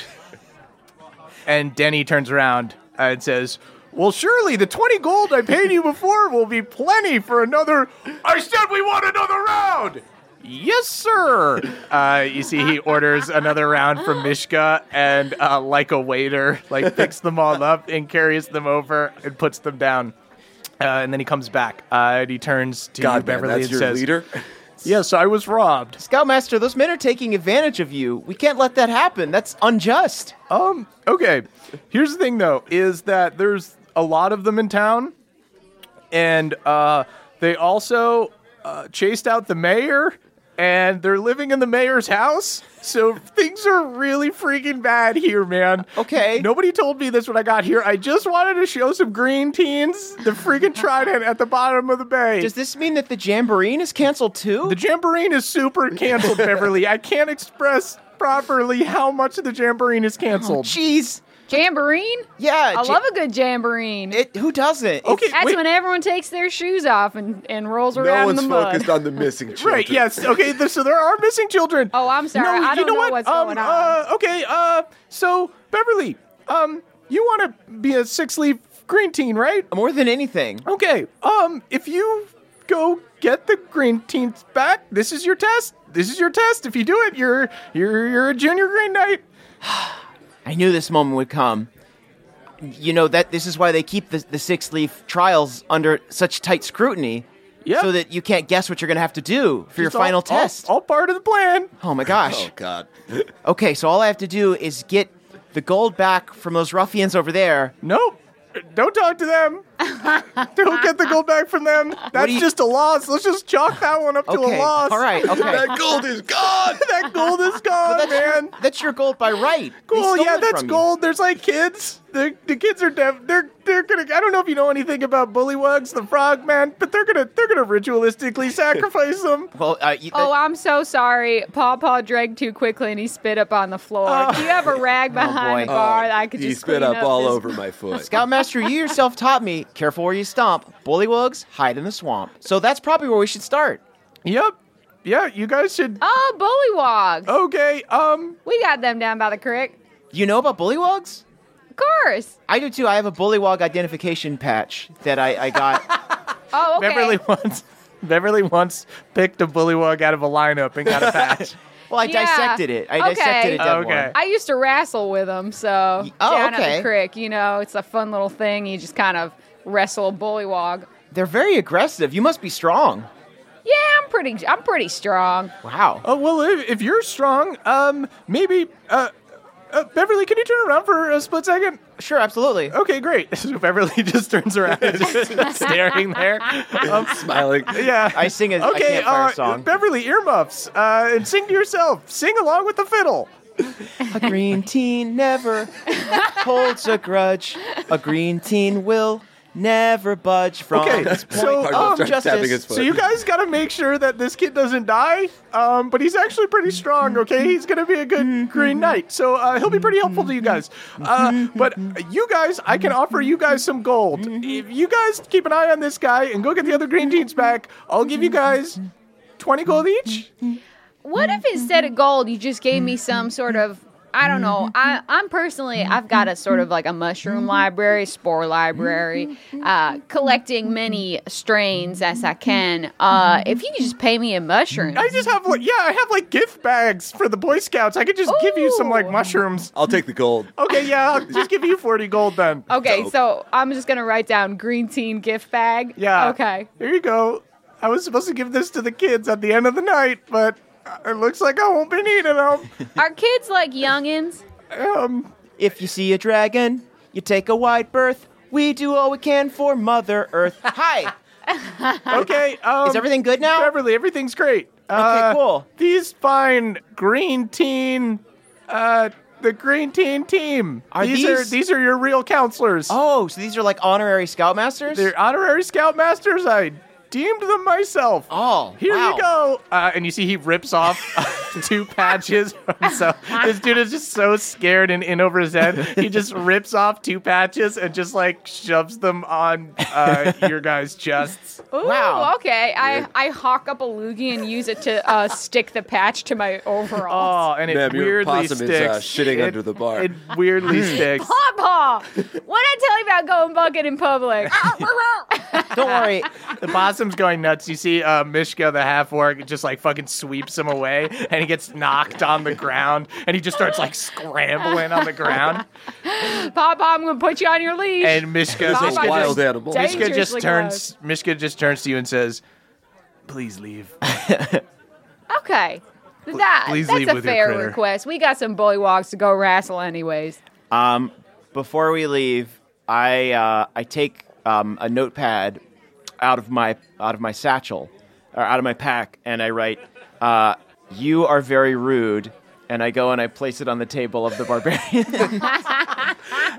E: and Denny turns around uh, and says, "Well, surely the twenty gold I paid you before will be plenty for another." I said we want another round. Yes, sir. Uh, you see, he orders another round from Mishka, and uh, like a waiter, like picks them all up and carries them over and puts them down. Uh, and then he comes back uh, and he turns to
B: God, man,
E: Beverly
B: that's
E: and
B: your
E: says,
B: leader.
E: "Yes, I was robbed.
C: Scoutmaster, those men are taking advantage of you. We can't let that happen. That's unjust.
E: Um, okay. Here's the thing though, is that there's a lot of them in town. And uh they also uh, chased out the mayor and they're living in the mayor's house. So things are really freaking bad here, man.
C: Okay.
E: Nobody told me this when I got here. I just wanted to show some green teens the freaking trident at the bottom of the bay.
C: Does this mean that the jamboree is canceled too?
E: The Jamboree is super canceled, Beverly. I can't express properly how much the Jamboree is canceled.
C: Jeez.
D: jamboreen?
C: Yeah.
D: I
C: ja-
D: love a good jamboreen.
C: it. Who doesn't?
E: Okay,
D: That's
E: wait.
D: when everyone takes their shoes off and, and rolls
B: No
D: around in
B: one's
D: the mud.
B: focused on the missing children.
E: Right. Yes. Okay. th- so there are missing children.
D: Oh, I'm sorry. I
E: you
D: don't
E: know,
D: know
E: what?
D: what's
E: um,
D: going on.
E: Uh, okay. Uh, so Beverly, um, you want to be a six-leaf green teen, right?
C: More than anything.
E: Okay. Um, if you go get the green teens back, this is your test. This is your test. If you do it, you're you're you're a junior green knight.
C: I knew this moment would come. You know that this is why they keep the, the six leaf trials under such tight scrutiny.
E: Yeah.
C: So that you can't guess what you're gonna have to do for your
E: It's all-
C: final
E: all-
C: test.
E: all part of the plan.
C: oh my gosh.
B: Oh God.
C: Okay, so all I have to do is get the gold back from those ruffians over there.
E: Nope. Don't talk to them. Don't get the gold back from them. That's
C: you-
E: just a loss. Let's just chalk that one up to
C: Okay.
E: a loss.
C: All right. Okay.
B: that gold is gone.
E: that gold is gone, man.
C: That's your gold by right. They
E: Gold,
C: stole
E: yeah,
C: it
E: that's
C: from you.
E: gold. There's like kids. The the kids are deaf. They're they're gonna. I don't know if you know anything about bullywugs, the frog man, but they're gonna they're gonna ritualistically sacrifice them.
C: Well, uh, you,
D: Oh, I'm so sorry. Paw Paw dragged too quickly and he spit up on the floor. Do you have a rag behind
C: boy.
D: the bar that I could
B: He
D: just
B: spit
D: clean
B: up all
D: this-
B: over my foot.
C: Scoutmaster, you yourself taught me careful where you stomp. Bullywugs hide in the swamp. So that's probably where we should start.
E: Yep. yeah, you guys should.
D: Oh, bullywogs.
E: Okay, um,
D: We got them down by the creek.
C: You know about bullywogs?
D: Of course.
C: I do too. I have a bullywog identification patch that I, I got.
D: Oh, okay.
E: Beverly once. Beverly once picked a bullywug out of a lineup and got a patch.
C: well, I
D: Yeah.
C: dissected it. I
D: Okay.
C: dissected it. Dead
E: Okay.
D: I used to wrestle with them, so
C: Oh,
D: down at
C: okay.
D: the creek, you know, it's a fun little thing. You just kind of wrestle a bullywog.
C: They're very aggressive. You must be strong.
D: Yeah, I'm pretty. I'm pretty strong.
C: Wow.
E: oh well, if, if you're strong, um, maybe uh, uh, Beverly, can you turn around for a split second?
C: Sure, absolutely.
E: Okay, great. So Beverly just turns around, and just staring there. Um,
B: Smiling.
E: yeah.
C: I sing a I
E: okay,
C: can't fire
E: uh,
C: a song.
E: Beverly, earmuffs, uh, and sing to yourself. Sing along with the fiddle.
C: A green teen never holds a grudge. A green teen will never budge from
E: Okay,
C: its point
E: so,
C: of
E: um,
B: starts tapping his
C: justice.
B: foot.
E: So you guys got to make sure that this kid doesn't die. Um, but he's actually pretty strong. Okay, he's gonna be a good Green Knight. So uh, he'll be pretty helpful to you guys. Uh, but you guys, I can offer you guys some gold. If you guys keep an eye on this guy and go get the other green teens back, I'll give you guys twenty gold each.
D: What if instead of gold, you just gave me some sort of I don't know. I, I'm personally, I've got a sort of like a mushroom library, spore library, uh, collecting many strains as I can. Uh, if you could just pay me a mushroom,
E: I just have like yeah, I have like gift bags for the Boy Scouts. I could just give you some like
D: Ooh.
E: mushrooms.
B: I'll take the gold.
E: Okay, yeah, I'll just give you forty gold then.
D: Okay,
B: Dope.
D: so I'm just gonna write down green teen gift bag.
E: Yeah.
D: Okay.
E: Here you go. I was supposed to give this to the kids at the end of the night, but it looks like I won't be needing them.
D: Are kids like youngins?
E: Um,
C: If you see a dragon, you take a wide berth. We do all we can for Mother Earth. Hi,
E: okay. Um,
C: is everything good now?
E: Beverly, everything's great. Uh,
C: cool.
E: These fine green teen, uh, the green teen team.
C: Are
E: are
C: these-
E: these are your real counselors?
C: Oh, so these are like honorary scoutmasters?
E: They're honorary scoutmasters. I deemed them myself.
C: Oh,
E: Here
C: wow.
E: you go. Uh, and you see he rips off two patches. so this dude is just so scared and in over his head. He just rips off two patches and just like shoves them on uh, your guys' chests.
D: Ooh,
C: Wow.
D: Okay. I, I hawk up a loogie and use it to uh, stick the patch to my overalls.
E: Oh, and it
B: Ma'am, your
E: weirdly
B: possum is,
E: sticks.
B: uh, shitting
E: It-
B: under the bar.
E: It weirdly sticks.
D: Papa, what did I tell you about going bucket in public?
E: Uh,
C: Don't worry.
E: The possum's going nuts. You see uh, Mishka, the half orc, just like fucking sweeps him away, and he gets knocked on the ground, and he just starts like scrambling on the ground.
D: Papa, I'm gonna put you on your leash.
E: And Mishka,
D: Papa
B: It's a
D: just-
B: wild animal.
D: Dang.
E: Mishka just
D: dangerously
E: turns. Mishka just turns to you and says, "Please leave."
D: okay. That
E: please
D: that's
E: leave
D: a
E: with your
D: fair
E: critter.
D: request. We got some bullywogs to go wrestle anyways.
C: Um, before we leave, I uh, I take um, a notepad out of my out of my satchel or out of my pack, and I write, uh, "You are very rude," and I go and I place it on the table of the barbarian.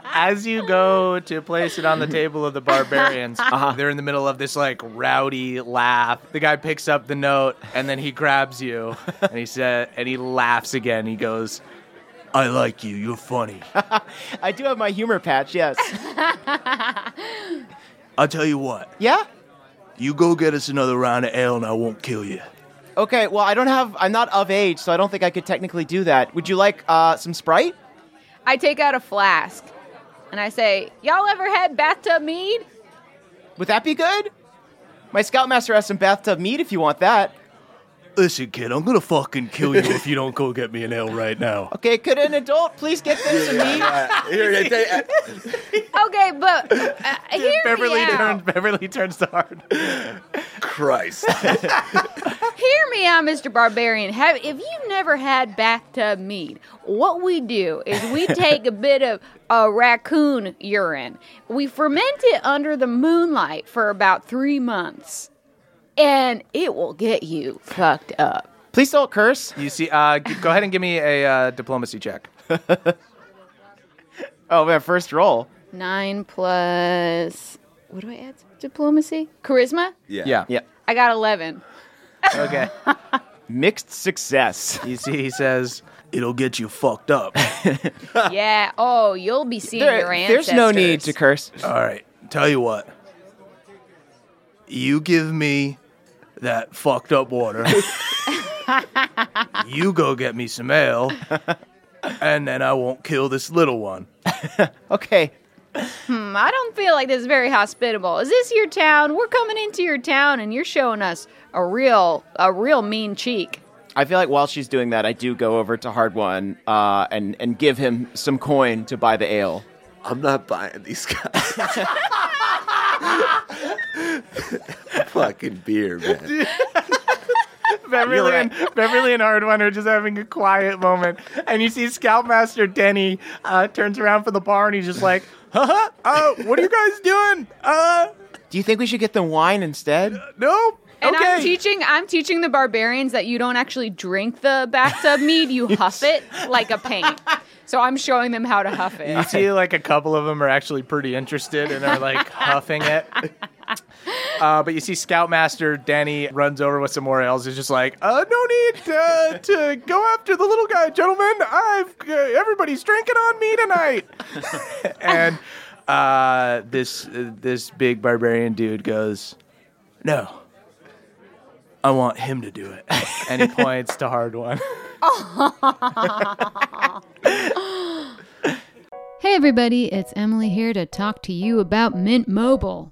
E: As you go to place it on the table of the barbarians,
C: Uh-huh.
E: they're in the middle of this like rowdy laugh. The guy picks up the note and then he grabs you and he said, and he laughs again. He goes, "I like you. You're funny."
C: I do have my humor patch. Yes.
E: I'll tell you what.
C: Yeah.
E: You go get us another round of ale, and I won't kill you.
C: Okay. Well, I don't have. I'm not of age, so I don't think I could technically do that. Would you like uh, some Sprite?
D: I take out a flask and I say, Y'all ever had bathtub mead?
C: Would that be good? My scoutmaster has some bathtub meat if you want that.
E: Listen, kid, I'm gonna fucking kill you if you don't go get me an ale right now.
C: Okay, could an adult please get them to me?
B: Uh, here, I tell you-
D: Okay, but uh, hear
E: Beverly
D: me out.
E: turns. Beverly turns to hard.
B: Christ.
D: Hear me out, Mr. Barbarian. Have, if you've never had bathtub meat, what we do is we take a bit of uh, raccoon urine, we ferment it under the moonlight for about three months, and it will get you fucked up.
C: Please don't curse.
E: You see, uh, g- go ahead and give me a uh, diplomacy check.
C: Oh, man, first roll.
D: Nine plus. What do I add? to Diplomacy? Charisma?
B: Yeah.
C: Yeah.
D: I got 11.
E: Okay.
C: Mixed success.
E: You see, he says, "It'll get you fucked up."
D: yeah. Oh, you'll be seeing
C: There-
D: your ancestors.
C: there's no need to curse.
E: All right. Tell you what. You give me
G: that fucked up water. you go get me some ale, and then I won't kill this little one.
H: Okay.
D: I don't feel like this is very hospitable. Is this your town? We're coming into your town and you're showing us a real a real mean cheek.
H: I feel like while she's doing that, I do go over to Hard One uh, and and give him some coin to buy the ale.
I: I'm not buying these guys. Fucking beer, man.
E: Beverly and Beverly and Hardwin are just having a quiet moment, and you see Scoutmaster Denny uh, turns around from the bar, and he's just like, "Huh? Uh, what are you guys doing? Uh,
H: Do you think we should get the wine instead?
E: no."
D: And
E: okay.
D: I'm teaching I'm teaching the barbarians that you don't actually drink the bathtub mead, you huff it like a paint. So I'm showing them how to huff
E: You
D: it.
E: see, like a couple of them are actually pretty interested and are like huffing it. Uh, but you see, Scoutmaster Danny runs over with some more ales. He's just like, uh, "No need uh, to go after the little guy, gentlemen. I've uh, everybody's drinking on me tonight." and uh, this uh, this big barbarian dude goes,
G: No, I want him to do it.
E: and he points to Hard One.
C: Hey everybody, it's Emily here to talk to you about Mint Mobile.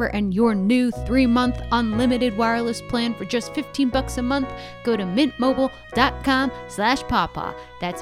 C: and your new three month unlimited wireless plan for just 15 bucks a month, go to mintmobile.com slash pawpaw. That's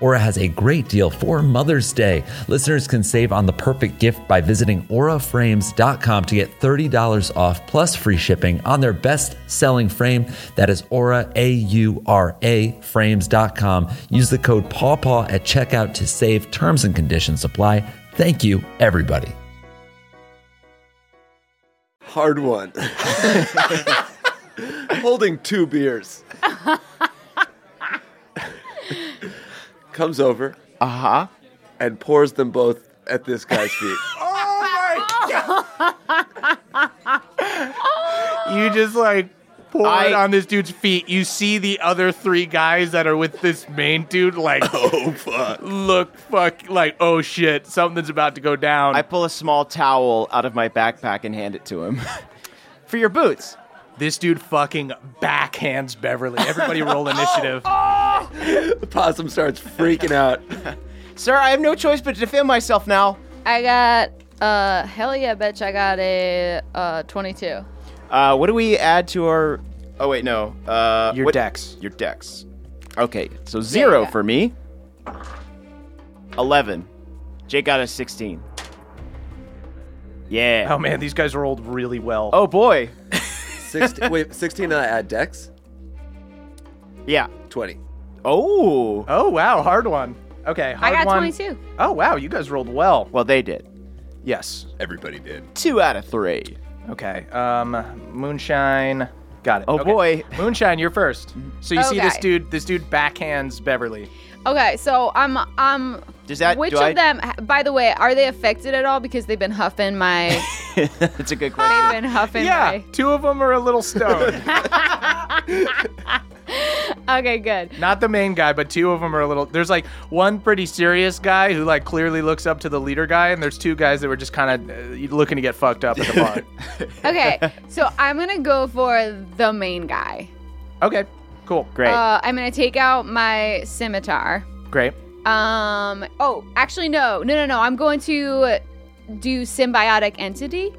B: Aura has a great deal for Mother's Day. Listeners can save on the perfect gift by visiting auraframes.com to get $30 off plus free shipping on their best selling frame. That is aura, A U R A, frames.com. Use the code PAWPAW at checkout to save. Terms and conditions apply. Thank you, everybody.
I: Hard one. Holding two beers. Comes over
H: Uh
B: Uh-huh.
H: huh.
I: and pours them both at this guy's feet.
E: You just like pour
H: I-
E: it on this dude's feet. You see the other three guys that are with this main dude, like,
I: oh, fuck.
E: look, fuck, like, oh shit, something's about to go down.
H: I pull a small towel out of my backpack and hand it to him. For your boots.
E: this dude fucking backhands Beverly. Everybody roll initiative.
I: The possum starts freaking out.
H: Sir, I have no choice but to defend myself now.
D: I got uh hell yeah, bitch, I got a uh 22.
H: Uh, what do we add to our. Oh, wait, no. Uh,
E: Your
H: what-
E: dex.
H: Your dex. Okay, so zero
D: yeah.
H: for me. 11. Jake got a 16.
C: Yeah.
E: Oh man, these guys rolled really well.
C: Oh boy.
B: 16, wait, 16 uh, add dex?
C: Yeah.
B: 20.
C: Oh.
E: Oh wow, hard one. Okay,
D: I
E: hard
D: got
E: one.
D: 22.
E: Oh wow, you guys rolled well.
C: Well, they did.
E: Yes.
B: Everybody did.
C: Two out of three.
E: Okay. Um, moonshine. Got it.
C: Oh,
E: Okay.
C: boy.
E: moonshine, you're first. So you see this
D: Okay.
E: dude. This dude backhands Beverly.
D: Okay, so I'm I'm.
C: Does that-
D: which
C: do
D: of
C: I-
D: them? By the way, are they affected at all because they've been huffing my?
C: That's a good question.
D: they've been huffing
E: Yeah, two of them are a little stoned.
D: my. Okay, good.
E: Not the main guy, but two of them are a little. There's like one pretty serious guy who like clearly looks up to the leader guy, and there's two guys that were just kind of uh, looking to get fucked up at the bar.
D: Okay, so I'm gonna go for the main guy.
E: okay, cool,
C: Great.
D: Uh, I'm gonna take out my scimitar.
E: great.
D: Um. Oh, actually, no, no, no, no. I'm going to do symbiotic entity,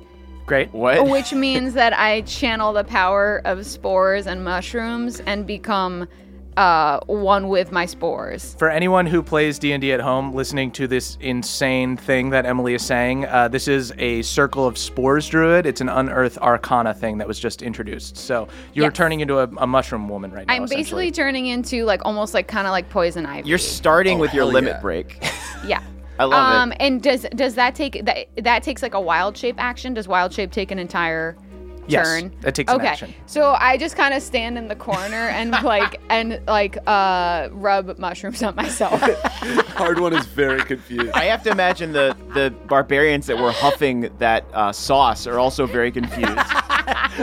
E: Great.
C: what?
D: which means that I channel the power of spores and mushrooms and become uh one with my spores.
E: For anyone who plays D and D at home, listening to this insane thing that Emily is saying, uh, this is a Circle of Spores druid. It's an Unearth Arcana thing that was just introduced. So you're
D: Yes.
E: turning into a, a mushroom woman right now.
D: I'm
E: Oh, essentially.
D: basically turning into like almost like kind of like poison ivy.
C: You're starting with your
B: Oh, hell
C: limit
B: yeah.
C: break.
D: yeah.
C: I love
D: Um,
C: it.
D: and does does that take that that takes like a wild shape action? Does wild shape take an entire
E: Yes,
D: turn?
E: that takes an
D: okay.
E: action.
D: So I just kind of stand in the corner and like and like uh rub mushrooms on myself.
B: Hard one is very confused.
C: I have to imagine the the barbarians that were huffing that uh, sauce are also very confused.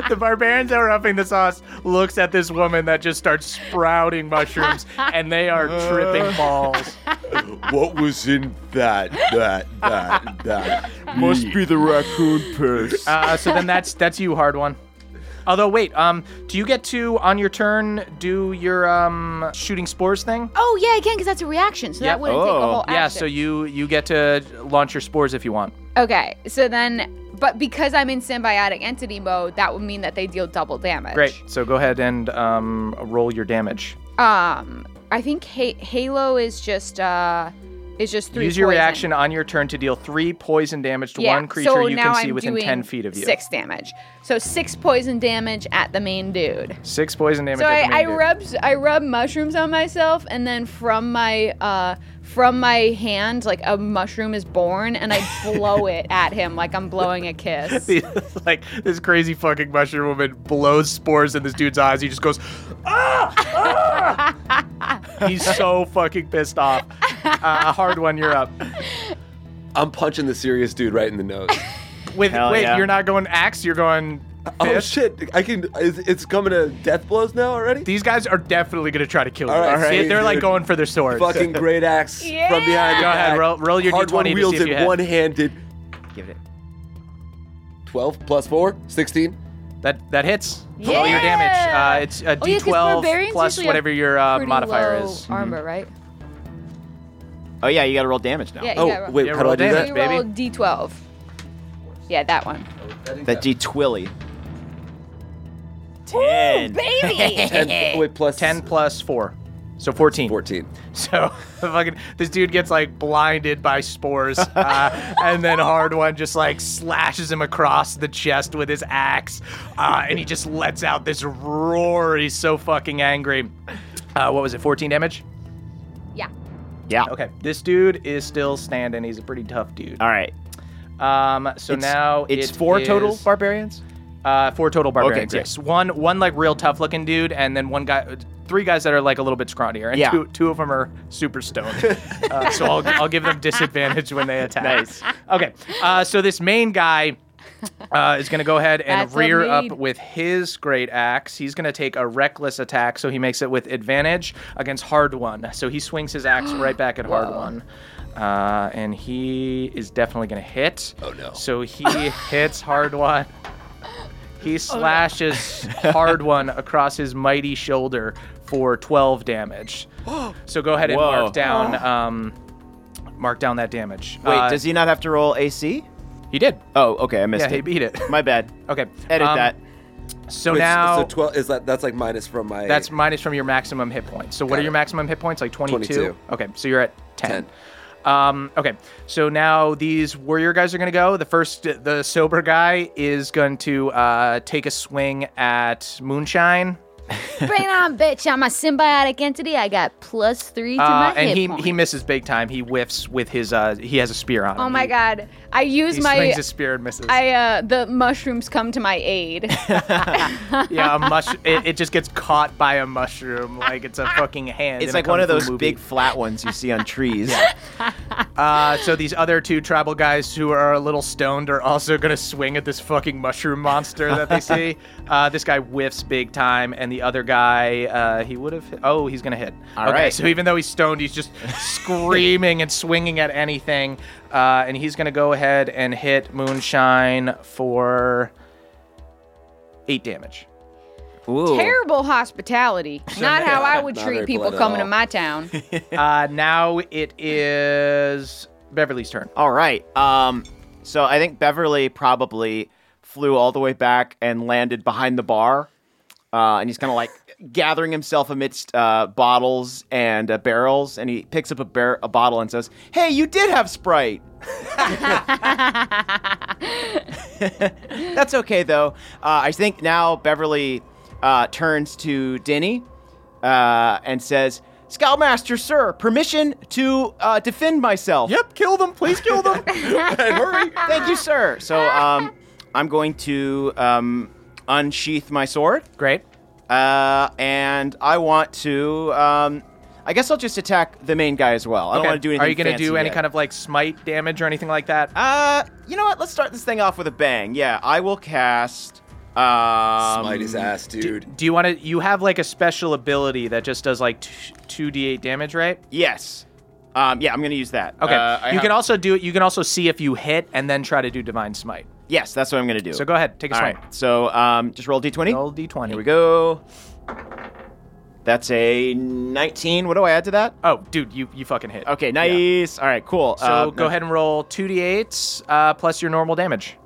E: The barbarians that were upping the sauce looks at this woman that just starts sprouting mushrooms, and they are tripping balls.
B: what was in that, that, that, that? Must be the raccoon purse.
E: Uh, so then that's that's you, hard one. Although wait, um, do you get to on your turn do your um shooting spores thing?
D: oh yeah, I can because that's a reaction, so
E: Yeah.
D: that wouldn't take a
C: Oh,
D: whole action.
E: Yeah, so you you get to launch your spores if you want.
D: okay. So then, but because I'm in symbiotic entity mode, that would mean that they deal double damage.
E: Great. So go ahead and um roll your damage.
D: Um, I think ha- Halo is just uh is just three.
E: Use your
D: poison.
E: reaction on your turn to deal three poison damage to
D: Yeah,
E: one creature
D: so
E: you
D: now
E: can see
D: I'm
E: within
D: doing
E: ten feet of you.
D: Six damage. So six poison damage at the main dude.
E: Six poison damage.
D: So
E: at the main
D: I, I
E: dude.
D: rubbed I rubbed mushrooms on myself, and then from my uh from my hand, like a mushroom is born, and I blow it at him like I'm blowing a kiss.
E: It's like this crazy fucking mushroom woman blows spores in this dude's eyes. He just goes, ah, ah! He's so fucking pissed off. Uh, hard one, you're up.
B: I'm punching the serious dude right in the nose.
E: With
C: Hell
E: wait,
C: yeah.
E: you're not going axe, you're going.
B: oh
E: fist?
B: shit! I can. Is, it's coming to death blows now already.
E: These guys are definitely gonna try to kill you.
B: All right,
E: See,
B: sweet,
E: They're like
B: dude.
E: going for their swords.
B: Fucking great axe from behind. the
E: Go ahead,
B: back.
E: roll- roll your
B: Hard
E: D20 to
B: One wields
E: see if you
B: it
E: hit.
B: one-handed.
C: Give it.
B: 12 plus 4, 16.
E: That that hits. for All your damage. Uh, it's a
D: Oh, yeah, 'cause
E: D12
D: barbarians
E: plus
D: usually have
E: whatever your uh,
D: pretty
E: modifier
D: low
E: is. Mm-hmm.
D: Armor, right?
C: Oh yeah, you got to roll damage now.
D: Yeah. You
B: Oh
D: gotta
B: wait,
E: Yeah,
B: how do
E: roll
B: I do
E: damage.
B: that?
D: You
E: baby.
D: roll D12. Yeah, that one.
C: That D twilly. Ten.
D: Baby.
B: 10, oh, wait, plus
E: 10 plus 4. So 14.
B: 14.
E: So fucking this dude gets like blinded by spores, uh, and then hard one just like slashes him across the chest with his axe, uh, and he just lets out this roar. He's so fucking angry. Uh, what was it? 14 damage.
D: yeah.
C: Yeah.
E: Okay, this dude is still standing. He's a pretty tough dude.
C: All right.
E: Um, so
C: It's-
E: now
C: it's
E: it
C: four total
E: is-
C: barbarians.
E: uh, four total barbarians.
C: Okay, great.
E: yes, one one like real tough looking dude, and then one guy, three guys that are like a little bit scrawnier, and
C: Yeah.
E: two two of them are super stoned. uh, so I'll I'll give them disadvantage when they attack.
C: Nice.
E: Okay, uh, so this main guy. Uh, is going to go ahead and
D: That's what
E: rear
D: we
E: up
D: need.
E: with his great axe. He's going to take a reckless attack, so he makes it with advantage against hard one. So he swings his axe right back at hard one, uh, and he is definitely going to hit. Oh
B: no.
E: So he hits hard one.
C: Oh,
E: He slashes hard one across his mighty shoulder for 12 damage.
B: Oh.
E: so go ahead and
C: Whoa.
E: mark down um, mark down that damage.
C: Wait, does he not have to roll AC?
E: He did.
C: Oh, okay, I missed
E: uh, Yeah,
C: it.
E: he beat it.
C: My bad.
E: Okay.
C: Edit
E: um,
C: that.
E: So
B: Wait, s-
E: now
B: so 12 is that that's like minus from my
E: that's minus from your maximum hit points. So what
B: Got
E: are your
B: it.
E: maximum hit points? Like 22?
B: 22.
E: Okay, so you're at 10.
B: 10.
E: Um, okay, so now these warrior guys are going to go. The first, the sober guy is going to uh, take a swing at Moonshine.
D: Bring it on, bitch. I'm a symbiotic entity. I got plus three to
E: Uh,
D: my
E: and
D: hit
E: he,
D: point.
E: he misses big time. He whiffs with his, uh, he has a spear on him.
D: oh my god. I use
E: He
D: my.
E: swings his spear and misses.
D: I uh, the mushrooms come to my aid.
E: yeah, a mush- it, it just gets caught by a mushroom like it's a fucking hand.
C: It's
E: in a
C: like one of
E: kung
C: those
E: fu movie.
C: big flat ones you see on trees.
E: Uh, so these other two tribal guys who are a little stoned are also gonna swing at this fucking mushroom monster that they see. Uh, this guy whiffs big time, and the other guy, uh, he would have. Oh, he's gonna hit. All right.
C: right.
E: So even though he's stoned, he's just screaming and swinging at anything, uh, and he's gonna go ahead and hit Moonshine for eight damage.
C: Ooh.
D: Terrible hospitality. Not how I would
B: Not
D: treat
B: very
D: people
B: polite at
D: coming to
B: all.
D: my town.
E: Uh, now it is Beverly's turn.
C: All right. Um, so I think Beverly probably flew all the way back and landed behind the bar. Uh, and he's kind of like gathering himself amidst uh, bottles and uh, barrels. And he picks up a, bar- a bottle and says, Hey, you did have Sprite. That's okay, though. Uh, I think now Beverly uh, turns to Denny uh, and says, Scoutmaster, sir, permission to uh, defend myself.
E: Yep, kill them, please kill them.
C: Thank you, sir. So um, I'm going to um, unsheath my sword,
E: Great.
C: uh, and I want to. Um, I guess I'll just attack the main guy as well. I don't want to do anything.
E: Are you gonna
C: fancy
E: do any
C: yet.
E: kind of like smite damage or anything like that?
C: Uh, you know what? Let's start this thing off with a bang. Yeah, I will cast. Um,
B: Smite his ass, dude.
E: Do you want to? You have like a special ability that just does like two d eight damage, right?
C: Yes. Um, yeah, I'm going to use that.
E: Okay.
C: Uh, I
E: you
C: have-
E: can also do it. You can also see if you hit and then try to do divine smite.
C: Yes, that's what I'm going to do.
E: So go ahead, take a
C: All
E: swing.
C: right. So um, just roll d20.
E: Roll d twenty.
C: Here we go. That's a 19. What do I add to that?
E: Oh, dude, you you fucking hit.
C: Okay, nice. All right, cool.
E: So
C: Uh,
E: go
C: no-
E: ahead and roll two d eights uh, plus your normal damage.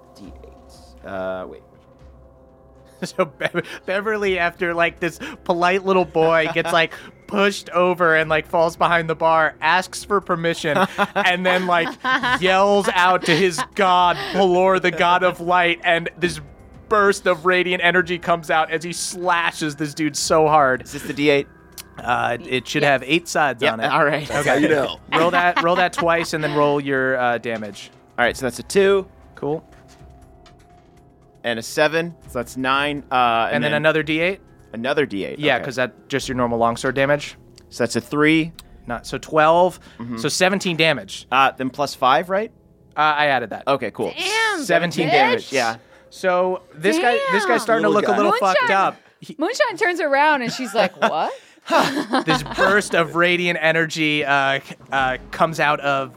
C: Uh, wait.
E: So Be- Beverly, after like this polite little boy gets like pushed over and like falls behind the bar, asks for permission, and then like yells out to his god, Pelor, the god of light, and this burst of radiant energy comes out as he slashes this dude so hard.
C: Is this the D8?
E: Uh, it should have eight sides on it.
C: All right.
B: That's how you know.
E: Roll that, roll that twice, and then roll your uh, damage.
C: All right, so that's a 2
E: Cool.
C: and a 7. So that's 9. Uh,
E: And, then, another D8.
C: another D8.
E: Yeah,
C: okay.
E: because that just your normal longsword damage.
C: So that's a 3.
E: Not so 12 so 17 damage
C: Uh, then plus 5, right?
E: uh, i added that
C: Okay, cool.
D: Damn,
C: 17
D: bitch.
C: damage. Yeah.
E: so this guy this
D: Damn.
E: guy's starting to
B: Little
E: look a
B: guy.
E: little
D: Moonshine.
E: fucked up He-
D: Moonshine turns around and she's like, "What?"
E: this burst of radiant energy uh, uh, comes out of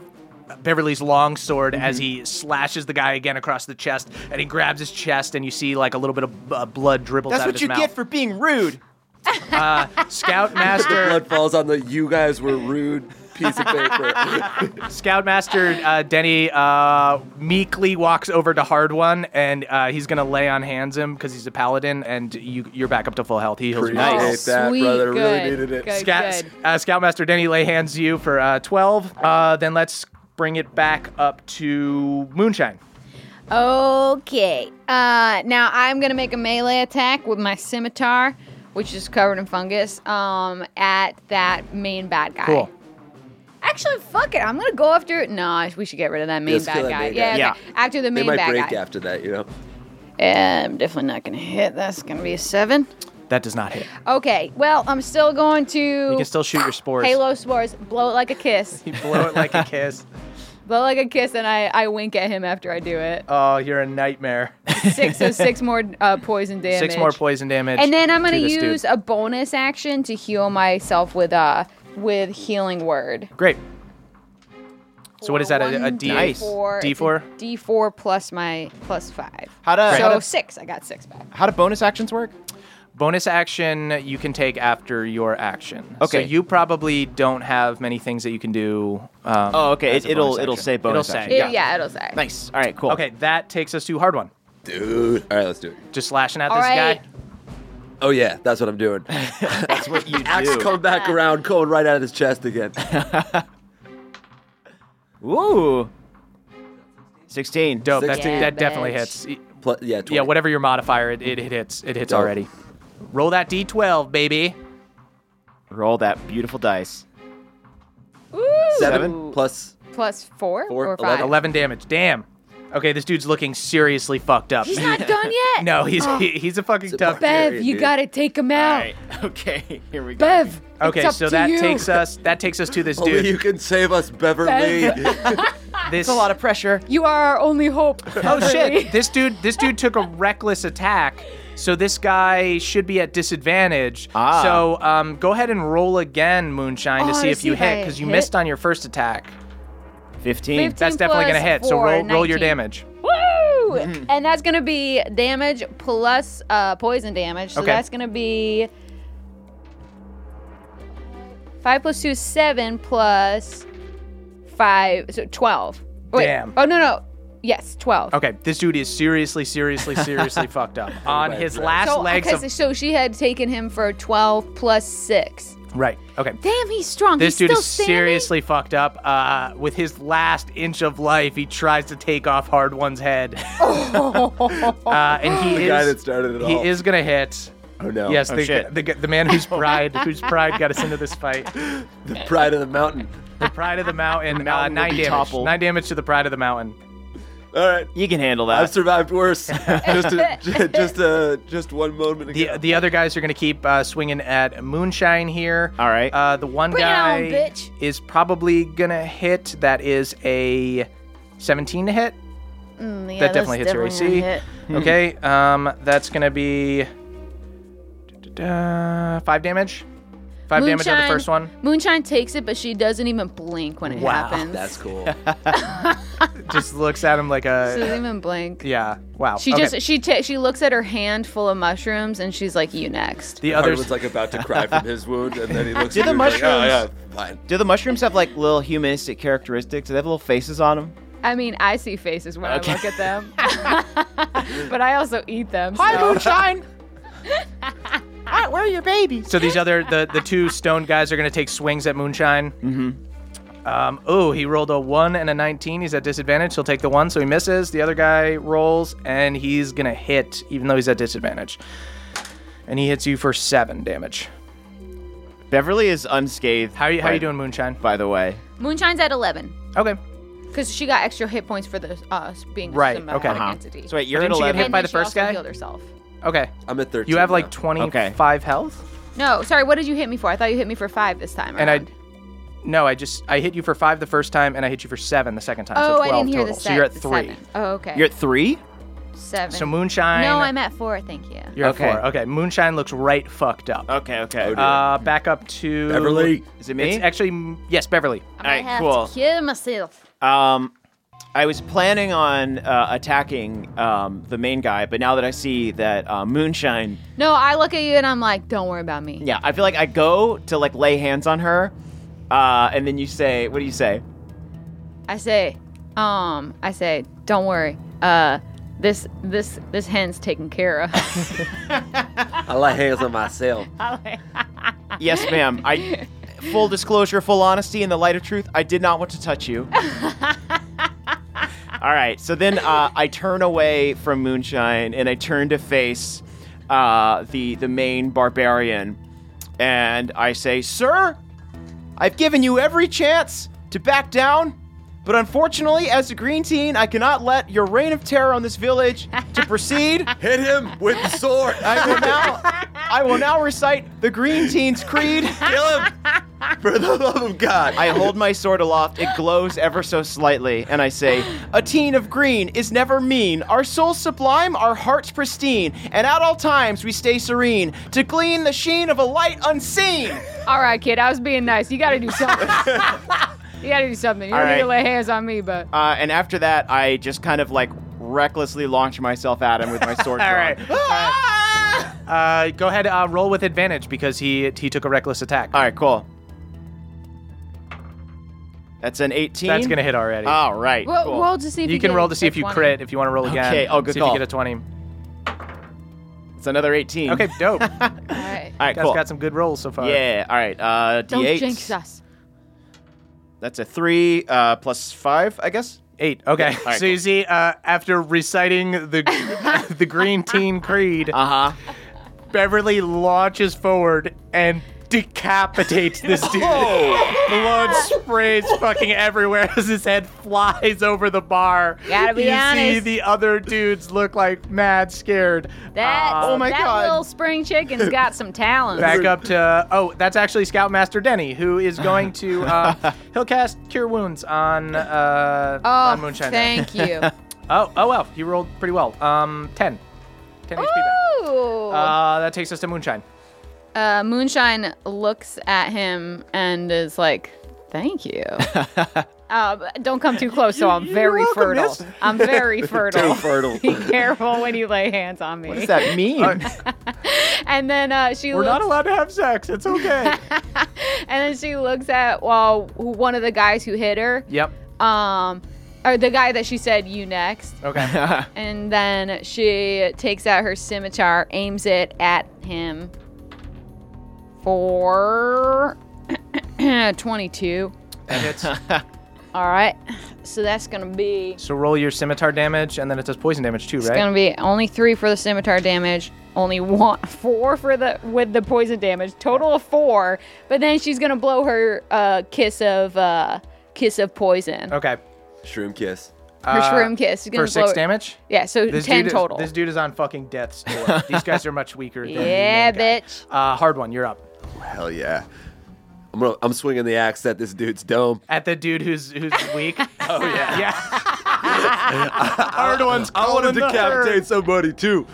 E: Beverly's longsword as
C: Mm-hmm.
E: he slashes the guy again across the chest, and he grabs his chest, and you see like a little bit of uh, blood dribbles
C: That's
E: out of
C: what
E: his
C: you
E: mouth.
C: get for being rude.
E: Scoutmaster,
B: Blood falls on the you guys were rude piece of paper.
E: Scoutmaster uh, Denny uh, meekly walks over to Hard One, and uh, he's gonna lay on hands him because he's a paladin, and you, you're back up to full health. He heals you.
B: Appreciate
E: Nice.
B: Hate that,
D: Oh, Sweet,
B: brother. Really
D: good,
B: needed it.
D: good,
E: Scout,
D: good.
E: uh, Scoutmaster Denny lay hands you for uh, 12. Uh, then let's bring it back up to Moonshine.
D: Okay. Uh, now I'm gonna make a melee attack with my scimitar, which is covered in fungus, um, at that main bad guy.
E: Cool.
D: Actually, fuck it. I'm gonna go after it. No, we should get rid of that main
B: Let's
D: bad
B: kill that
D: guy.
B: main guy.
D: yeah,
C: Yeah.
D: Okay. After
B: They
D: the main
B: might
D: bad
B: break
D: guy.
B: after that, you know.
D: Yeah, I'm definitely not gonna hit. That's gonna be a seven.
E: That does not hit.
D: Okay. Well, I'm still going to
E: You can still shoot your spores.
D: Halo spores. Blow it like a kiss.
E: You blow it like a kiss.
D: blow it like a kiss, and I, I wink at him after I do it.
E: Oh, you're a nightmare.
D: Six. So six more uh, poison damage.
E: Six more poison damage.
D: And then I'm gonna
E: to this dude.
D: use a bonus action to heal myself with uh with healing word.
E: Great. So what is that? A, a
D: One
E: D?
C: Nice.
D: D4, it's a
E: D4?
D: D4 plus my plus five.
C: How to,
D: so
C: how, to,
D: six. I got six back.
C: how do bonus actions work?
E: Bonus action you can take after your action.
C: Okay.
E: So you probably don't have many things that you can do. Um,
C: Oh, okay.
E: as
C: It,
E: a bonus
C: it'll it'll
E: action.
C: say bonus
E: It'll say.
C: action.
D: Yeah, it'll say.
C: Nice. All right, cool.
E: Okay, that takes us to hard one.
B: Dude. All right, let's do it.
E: Just slashing at
D: All
E: this
D: right.
E: guy.
B: Oh, yeah. That's what I'm doing.
C: That's what you
B: Axe
C: do.
B: coming back around, coming right out of his chest again.
C: Ooh. 16.
E: Dope. That's,
D: Yeah,
E: that definitely
D: bitch.
E: hits.
B: Plus, yeah, 20.
E: Yeah, whatever your modifier, it, it, it hits. It hits
B: Dope.
E: already. Roll that d12, baby.
C: Roll that beautiful dice.
B: Seven plus
D: Plus four,
B: Four,
D: or
B: eleven.
D: five.
E: 11 damage. Damn. Okay, this dude's looking seriously fucked up.
D: He's not done yet.
E: no, he's he, he's a fucking
B: It's a
E: tough.
B: fuck.
D: Bev,
B: Period,
D: you
B: dude.
D: gotta take him out.
C: Okay, here we go.
D: Bev. it's
E: Okay,
D: up
E: so
D: to
E: that
D: you.
E: takes us that takes us to this
B: Only you
E: dude.
B: can save us, Beverly.
E: This
C: That's a lot of pressure.
D: You are our only hope.
E: Oh shit! This dude, this dude took a reckless attack, so this guy should be at disadvantage.
C: Ah.
E: So um, go ahead and roll again, Moonshine,
D: Oh,
E: to see
D: to
E: if you
D: see if I
E: hit because you
D: hit.
E: missed on your first attack.
C: 15.
E: That's
D: 15
E: definitely gonna
D: plus
E: hit. so
D: four,
E: roll roll your
D: 19.
E: damage. Mm-hmm.
D: Woo! and that's gonna be damage plus uh, poison damage. So
E: Okay.
D: that's gonna be five plus two, is seven plus five, so twelve. Wait.
E: Damn.
D: Oh no no, yes, twelve.
E: Okay, this dude is seriously, seriously, seriously fucked up on his last
D: So,
E: legs.
D: because-
E: Of,
D: so she had taken him for twelve plus six.
E: right. Okay.
D: Damn, he's strong.
E: This
D: he's
E: dude
D: still
E: is
D: standing?
E: seriously fucked up. Uh, with his last inch of life, he tries to take off Hard One's head.
D: Oh.
E: uh, and he
B: the
E: is
B: guy that started it
E: he
B: all.
E: is gonna hit.
B: oh no.
E: Yes,
C: Oh,
E: the,
C: shit.
E: the, the man whose pride whose pride got us into this fight.
B: The pride of the mountain.
E: The pride of the mountain.
C: mountain
E: uh,
C: will
E: nine
C: be
E: damage.
C: toppled.
E: Nine damage to the pride of the mountain.
B: All right.
C: You can handle
B: I've
C: that.
B: survived worse. just a, j- just a, just one moment ago.
E: The uh, the other guys are gonna keep uh, swinging at moonshine here.
C: All right.
E: Uh, the one
D: Bring it
E: guy
D: on, bitch.
E: is probably gonna hit. That is a seventeen to hit.
D: Mm, yeah,
E: that
D: that's
E: definitely hits your
D: definitely
E: AC.
D: gonna hit.
C: Hmm.
E: Okay, um, that's gonna be da-da-da, five damage. Five damage on the
D: Moonshine-
E: first one.
D: Moonshine takes it, but she doesn't even blink when it
E: Wow,
D: happens.
B: That's cool.
E: Just looks at him like
D: She
E: a
D: doesn't even blink.
E: yeah. Wow.
D: She
E: Okay.
D: just she ta she looks at her hand full of mushrooms and she's like, "You next."
E: the
B: Hard
E: others.
B: was like about to cry from his wound, and then he looks
C: Do
B: at
C: the
B: you like, oh, yeah,
C: mushrooms-
B: fine.
C: Do the mushrooms have like little humanistic characteristics? Do they have little faces on them?
D: I mean, I see faces when I look at them, but I also eat them. so-
C: Moonshine! where are your babies?
E: so these other the the two stone guys are gonna take swings at moonshine. Mm-hmm. Um, oh, he rolled a one and a nineteen. He's at disadvantage. He'll take the one, so he misses. The other guy rolls, and he's gonna hit, even though he's at disadvantage. And he hits you for seven damage.
C: Beverly is unscathed.
E: How are you, how are
C: by-
E: you doing, Moonshine?
C: By the way,
D: Moonshine's at eleven
E: Okay.
D: because she got extra hit points for the uh, being
E: Right,
D: a symbiotic
E: okay. Uh-huh.
D: entity.
C: so wait, you're at
E: Didn't she get
C: 11.
E: hit
D: and
E: by
D: then
E: the
D: she
E: first
D: also
E: guy?
D: healed herself.
E: Okay.
B: I'm at 13.
E: You have
B: now.
E: like 25 health?
D: No, sorry. What did you hit me for? I thought you hit me for five this time.
E: And I
D: around.
E: No, I just I hit you for 5 the first time and I hit you for 7 the second time.
D: oh,
E: so 12
D: I didn't hear
E: total.
D: the,
E: so you're at
D: se-
E: 3.
D: the seven. Oh, okay.
C: You're at three?
D: seven.
E: So moonshine
D: no, I'm at four. Thank you.
E: You're
C: Okay.
E: at 4. Okay, moonshine looks right fucked up.
C: Okay, okay.
B: Oh, dear.
E: Uh back up to
B: Beverly.
C: Is it me?
E: It's actually mm, yes, Beverly.
D: I
C: All right,
D: might have
C: cool.
D: to kill myself.
C: Um, I was planning on uh, attacking um, the main guy, but now that I see that uh, Moonshine,
D: No, I look at you and I'm like, don't worry about me.
C: yeah, I feel like I go to like lay hands on her, uh, and then you say, "What do you say?"
D: I say, um, I say, don't worry. Uh, this this this hen's taken care of.
B: I lay hands on myself.
C: yes, ma'am. I, full disclosure, full honesty, in the light of truth, I did not want to touch you. All right. So then uh, I turn away from Moonshine and I turn to face uh, the the main barbarian, and I say, "Sir, I've given you every chance to back down." But unfortunately, as the green teen, I cannot let your reign of terror on this village to proceed.
B: Hit him with the sword.
C: I will now, I will now recite the green teen's creed.
B: Kill him for the love of God.
C: I hold my sword aloft. It glows ever so slightly, and I say, A teen of green is never mean. Our souls sublime, our hearts pristine, and at all times we stay serene to glean the sheen of a light unseen.
D: All right, kid, I was being nice. You got to do something. you got to do something. You
C: All
D: don't need to lay
C: right.
D: hands on me, but
C: Uh, and after that, I just kind of like recklessly launch myself at him with my sword.
E: All
C: drawn.
E: right. Uh, go ahead uh, roll with advantage because he he took a reckless attack.
C: All right, cool. That's an 18.
E: That's going to hit already.
C: All right.
D: well,
C: cool.
D: roll to see if you,
E: you can
D: get
E: roll to see
D: a
E: if you
D: 20.
E: crit if you want to roll again.
C: Okay, oh, good
E: See
C: call.
E: if you get a 20.
C: It's another 18.
E: Okay, dope.
D: All right.
C: All right,
E: Guys
C: cool.
E: got some good rolls so far.
C: Yeah. All right. Uh,
D: Don't
C: D8.
D: jinx us.
C: That's a three uh, plus five, I guess.
E: Eight. Okay.
C: Yeah, all right,
E: so you
C: cool.
E: see, uh, after reciting the the Green Teen Creed,
C: Uh huh.
E: Beverly launches forward and decapitates this dude. Blood sprays fucking everywhere as his head flies over the bar.
D: Gotta be
E: you see
D: honest.
E: the other dudes look like mad scared. Uh,
D: That,
E: Ah.
C: Oh my
D: that
C: God.
D: little spring chicken's got some talent.
E: Back up to oh, that's actually Scoutmaster Denny, who is going to uh, he'll cast Cure Wounds on uh,
D: Oh,
E: on Moonshine.
D: thank you.
E: Oh oh well, he rolled pretty well. Um, ten. 10 HP back.
D: Ooh.
E: Uh, that takes us to Moonshine.
D: Uh, Moonshine looks at him and is like, "Thank you." uh, but don't come too close, so I'm very fertile. I'm very fertile.
B: fertile.
D: Be careful when you lay hands on me.
C: What does that mean?
D: And then uh, she
E: We're
D: looks,
E: not allowed to have sex. It's okay.
D: and then she looks at well, who- one of the guys who hit her.
E: yep.
D: Um, or the guy that she said you next.
E: Okay.
D: And then she takes out her scimitar, aims it at him for 22.
E: That hits.
D: All right. So that's going to be
E: So roll your scimitar damage, and then it does poison damage too,
D: it's
E: right?
D: going to be only 3 for the scimitar damage, only one 4 for the with the poison damage, total of 4. But then she's going to blow her uh kiss of uh kiss of poison.
E: okay.
B: Shroom kiss.
D: Her shroom kiss. She's
E: Uh, For
D: gonna blow
E: six
D: it-
E: damage.
D: Yeah, so 10
E: dude is-
D: total.
E: this dude is on fucking death's door. These guys are much weaker. Than the
D: yeah,
E: main guy.
D: bitch.
E: Uh, hard one. You're up.
B: Hell yeah. I'm, gonna, I'm swinging the axe at this dude's dome.
E: At the dude who's who's weak. oh yeah. Yeah. hard one's
B: I want to
E: calling the herd.
B: decapitate somebody too.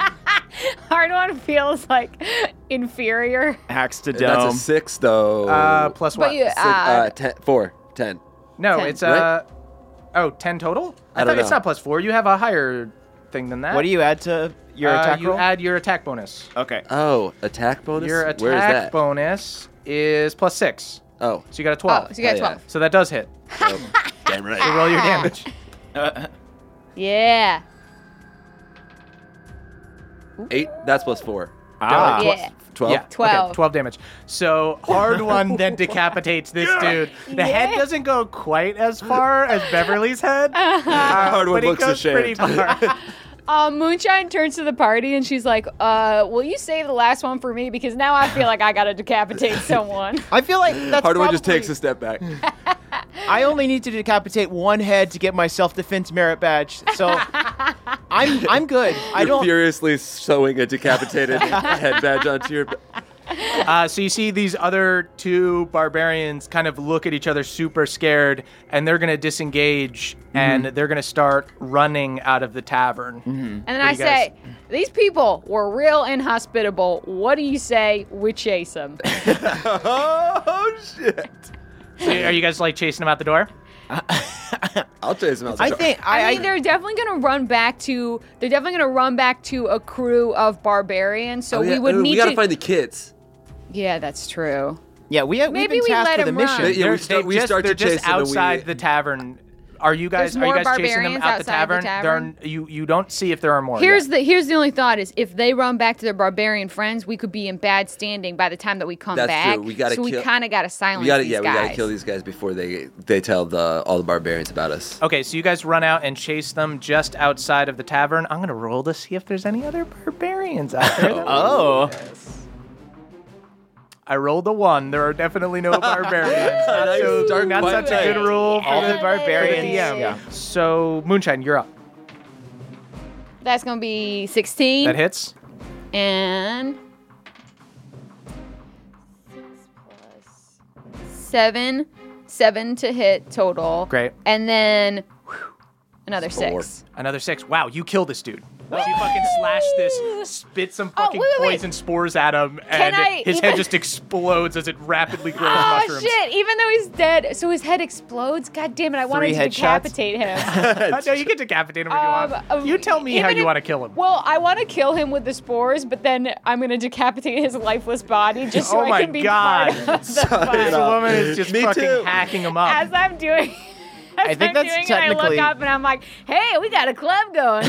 D: Hard one feels like inferior.
C: Axe to dome.
B: That's a six though.
E: Uh, plus what?
D: But you
B: Six-
D: add.
B: uh, ten, four, ten.
E: no,
D: 10.
E: it's uh, oh, 10 total. I,
B: I
E: thought
B: don't
E: it's
B: know.
E: not plus four. You have a higher thing than that.
C: what do you add to your
E: Uh,
C: attack
E: you
C: roll?
E: add your attack bonus.
C: okay.
B: Oh, attack bonus.
E: Your
B: Where is
E: attack
B: that?
E: bonus is plus six,
B: oh,
E: so you got a
D: Oh,
E: twelve.
D: so you got
B: Hell yeah.
D: 12.
E: So that does hit.
B: damn right.
E: Roll your damage.
D: Yeah.
B: Eight. That's plus four.
C: Ah.
D: yeah.
B: Twelve.
E: Yeah, okay,
D: 12.
E: twelve damage. So hard one then decapitates this dude. The head doesn't go quite as far as Beverly's head, uh,
B: Hard one
E: but it
B: looks
E: goes pretty
B: ashamed.
E: far.
D: Um, Moonshine turns to the party and she's like, uh, will you save the last one for me? Because now I feel like I gotta decapitate someone.
C: I feel like that's
B: Hard one just
C: probably-
B: takes a step back.
C: I only need to decapitate one head to get my self-defense merit badge, so I'm I'm good. I
B: You're
C: don't.
B: furiously sewing a decapitated head badge onto your.
E: Uh, so you see these other two barbarians kind of look at each other, super scared, and they're gonna disengage
B: Mm-hmm.
E: and they're gonna start running out of the tavern.
B: Mm-hmm.
D: And then I
E: do you guys-
D: say, these people were real inhospitable. What do you say we chase them?
B: Oh shit!
E: So are you guys like chasing them out the door?
B: I'll chase him out. the
C: I
B: door.
C: think
D: I
C: I.
D: mean, they're definitely gonna run back to they're definitely gonna run back to a crew of barbarians. So
B: Oh, yeah.
D: we would
B: Ooh,
D: need
B: We gotta
D: to.
B: find the kids.
D: yeah, that's true.
C: yeah, we have,
D: Maybe
C: we've
D: we
C: been tasked
D: let
C: with a
D: him
C: mission.
D: run.
B: They- yeah, we
E: they're,
B: start-
E: they've
B: we
E: just,
B: start to
E: they're
B: chase
E: just
B: them and we-
E: outside the tavern. Are you guys
D: There's
E: are
D: more
E: you guys chasing them
D: barbarians
E: out the
D: outside the
E: tavern?
D: tavern?
E: There are, you you don't see if there are more.
D: Here's
E: yet.
D: the here's the only thought is if they run back to their barbarian friends, we could be in bad standing by the time that we come
B: That's
D: back.
B: true. We gotta
D: so we
B: kill-
D: kind of gotta silence
B: We gotta,
D: these
B: yeah,
D: guys.
B: we gotta kill these guys before they they tell the all the barbarians about us.
E: okay. So you guys run out and chase them just outside of the tavern. I'm gonna roll to see if there's any other barbarians out there. that-
C: Oh,
E: I rolled a one. There are definitely no barbarians. not
B: Nice
E: so-
B: dark
E: not
B: white
E: such a
B: play.
E: good rule for
C: all
E: the
C: the barbarians.
E: DM. So moonshine, you're up.
D: That's gonna be sixteen.
E: That hits.
D: And seven, seven to hit total.
E: Great.
D: And then whew, another
B: Four.
D: six.
E: Another six. Wow, you killed this dude. So you fucking slashed this, spit some
D: Oh,
E: fucking
D: wait, wait, wait.
E: poison spores at him,
D: Can
E: and
D: I
E: his head
D: even-
E: just explodes as it rapidly grows
D: Oh
E: mushrooms.
D: shit! Even though he's dead, so his head explodes. God damn it! I wanted
C: Three
D: to
C: headshots?
D: decapitate him.
E: Uh, no, you can decapitate him if
D: Um,
E: you want.
D: uh,
E: you tell me how
D: even
E: you
D: if-
E: want to kill him.
D: well, I want to kill him with the spores, but then I'm gonna decapitate his lifeless body just so
E: Oh
D: I
E: my
D: can be
E: God.
D: part of the fun.
E: This woman is just
B: Me
E: fucking
B: too.
E: hacking him up.
D: as I'm doing. As
C: think
D: am
C: that's
D: doing
C: technically-
D: It, I look up and I'm like, "Hey, we got a club going."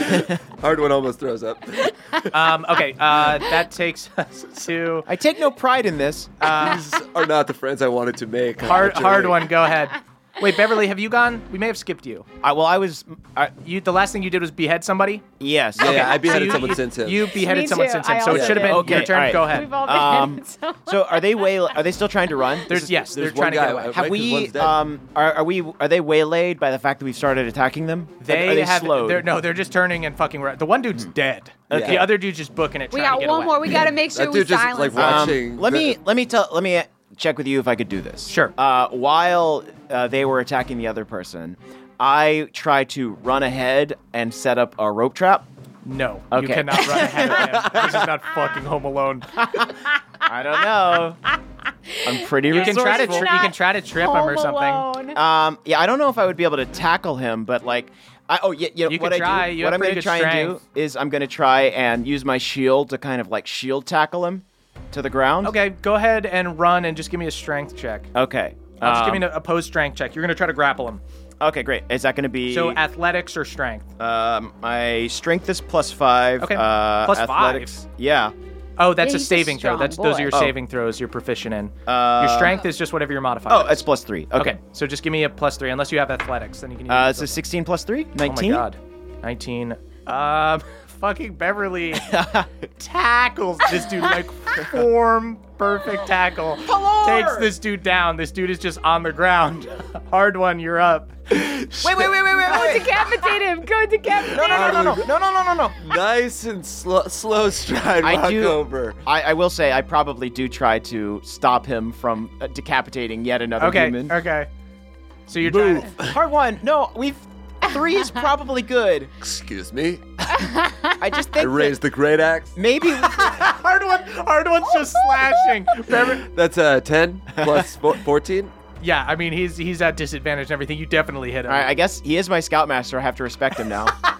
B: Hard one almost throws up.
E: um, okay, uh, that takes us to
C: I take no pride in this. Uh,
B: These are not the friends I wanted to make.
E: hard, hard one. Go ahead. Wait, Beverly, have you gone? We may have skipped you. Uh,
C: I, well, I was. I,
E: You the last thing you did was behead somebody.
C: yes.
B: Yeah, yeah, I
E: So
B: beheaded
E: you-
B: someone
E: you-
B: since him.
E: You beheaded
D: Me
E: someone
D: too.
E: since
D: I
E: him, so it
D: also
E: should have been
C: did.
E: your
C: Okay,
E: turn.
C: all right.
E: Go ahead.
D: We've all been
C: Um,
D: so
C: So are they whale? Are they still trying to run?
E: There's yes, they're
B: there's
E: trying
B: one
E: to get
B: guy,
E: away.
B: uh, right,
E: Have
C: Have we?
B: one's dead.
C: Um, are, are we? Are they waylaid by the fact that we've started attacking them? Are-
E: They,
C: are they
E: have
C: slowed?
E: They're, no, they're just turning and fucking. Around. The one dude's dead.
B: Okay.
E: The other dude's just booking it.
D: We
E: trying to
D: got
E: get
D: one
E: away.
D: more. We got to make sure
B: That
D: we
B: dude just,
D: silence.
B: like,
D: them.
C: Um,
B: Watching
C: let
B: the-
C: me let me tell let me check with you if I could do this.
E: Sure.
C: Uh, while uh, they were attacking the other person, I tried to run ahead and set up a rope trap.
E: No, you
C: Okay.
E: cannot run ahead of him. This is not fucking Home Alone.
C: I don't know. I'm pretty.
E: You can try to
C: resourceful.
E: tri- you can try to trip him
D: Home
E: or something.
D: Alone.
C: Um, yeah, I don't know if I would be able to tackle him, but like, I, oh yeah, yeah.
E: You
C: what
E: could try.
C: I do,
E: You
C: what
E: have
C: I'm
E: pretty
C: gonna
E: good
C: try and
E: strength.
C: do is I'm gonna try and use my shield to kind of like shield tackle him to the ground.
E: Okay, go ahead and run and just give me a strength check.
C: Okay.
E: I'll just
C: Um,
E: give me an opposed strength check. You're gonna try to grapple him.
C: okay, great. Is that gonna be
E: So athletics or strength?
C: um, my strength is plus five.
E: Okay.
C: Uh,
E: Plus five?
C: athletics. Yeah.
E: Oh, that's
D: Yeah,
E: a
D: he's a
E: saving throw.
D: strong
E: That's those are
D: boy.
E: your
C: Oh.
E: saving throws you're proficient in. your
C: Uh,
E: strength is just whatever your modifier.
C: Oh,
E: is.
C: it's plus three. Okay.
E: okay. So just give me a plus three, unless you have athletics, then you can. Use
C: Uh,
E: it.
C: it's a 16 plus three.
E: oh
C: 19.
E: my god, nineteen. Um, fucking Beverly tackles this dude like form perfect tackle. Takes this dude down. This dude is just on the ground. Hard one, you're up.
C: Wait, wait, wait, wait, wait,
D: Go
C: wait.
D: decapitate him. Go decapitate
C: No,
D: him.
C: no, no, no, no, no, no, no, no.
B: nice and slow, slow stride
C: I
B: walk
C: do.
B: over.
C: I, I will say I probably do try to stop him from uh, decapitating yet another
E: Okay.
C: human.
E: Okay. So you're trying to-
C: Part one. No, we've three is probably good.
B: Excuse me.
C: I just
B: I
C: think
B: raised the great axe.
C: that maybe
E: hard one. Hard one's just slashing. Beverly,
B: That's a 10 plus four- 14.
E: Yeah, I mean he's he's at disadvantage and everything. You definitely hit him.
C: All right, I guess he is my scoutmaster. I have to respect him now. All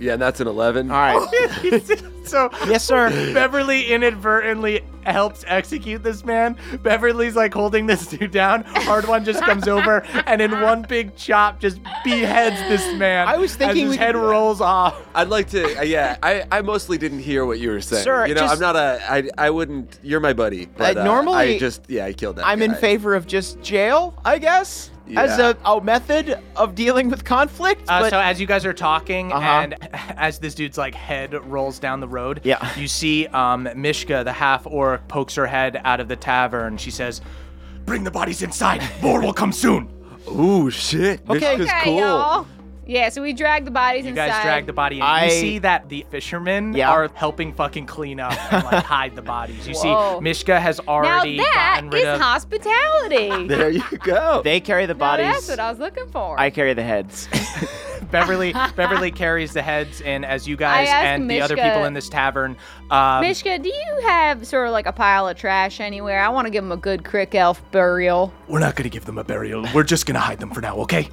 B: Yeah, and that's an 11.
C: right.
E: so
C: Yes, sir.
E: Beverly inadvertently helps execute this man. Beverly's like holding this dude down. Hard one just comes over and in one big chop just beheads this man.
C: I was thinking
E: as
C: we
E: his
C: could
E: head
C: do that.
E: rolls off.
B: I'd like to. Uh, yeah, I, I mostly didn't hear what you were saying.
C: Sir,
B: you know,
C: just-
B: I'm not a. I I wouldn't. You're my buddy. But, uh,
C: normally,
B: I just yeah, I killed that.
C: I'm in
B: guy.
C: favor of just jail, I guess, as
B: Yeah.
C: a, a method of dealing with conflict.
E: Uh,
C: but
E: so as you guys are talking
C: Uh-huh.
E: and as this dude's like head rolls down the road,
C: Yeah.
E: you see um, Mishka, the half orc, pokes her head out of the tavern. She says, "Bring the bodies inside. More will come soon."
B: Ooh shit.
C: Okay.
B: Mishka's
D: Okay,
B: cool.
D: y'all. Yeah, so we drag the bodies
E: You
D: inside.
E: guys drag the body in.
C: I-
E: You see that the fishermen
C: Yeah.
E: are helping fucking clean up and like hide the bodies. You
D: Whoa.
E: see, Mishka has
D: now
E: already
D: that
E: gotten rid
D: is
E: of.
D: hospitality.
B: There you go.
C: they carry the
D: Now
C: bodies.
D: that's what I was looking for.
C: I carry the heads.
E: Beverly Beverly carries the heads in as you guys
D: asked
E: and the other
D: Mishka-
E: people in this tavern. Um,
D: Mishka, do you have sort of like a pile of trash anywhere? I want to give him a good crick elf burial.
E: We're not gonna give them a burial. We're just gonna hide them for now, okay?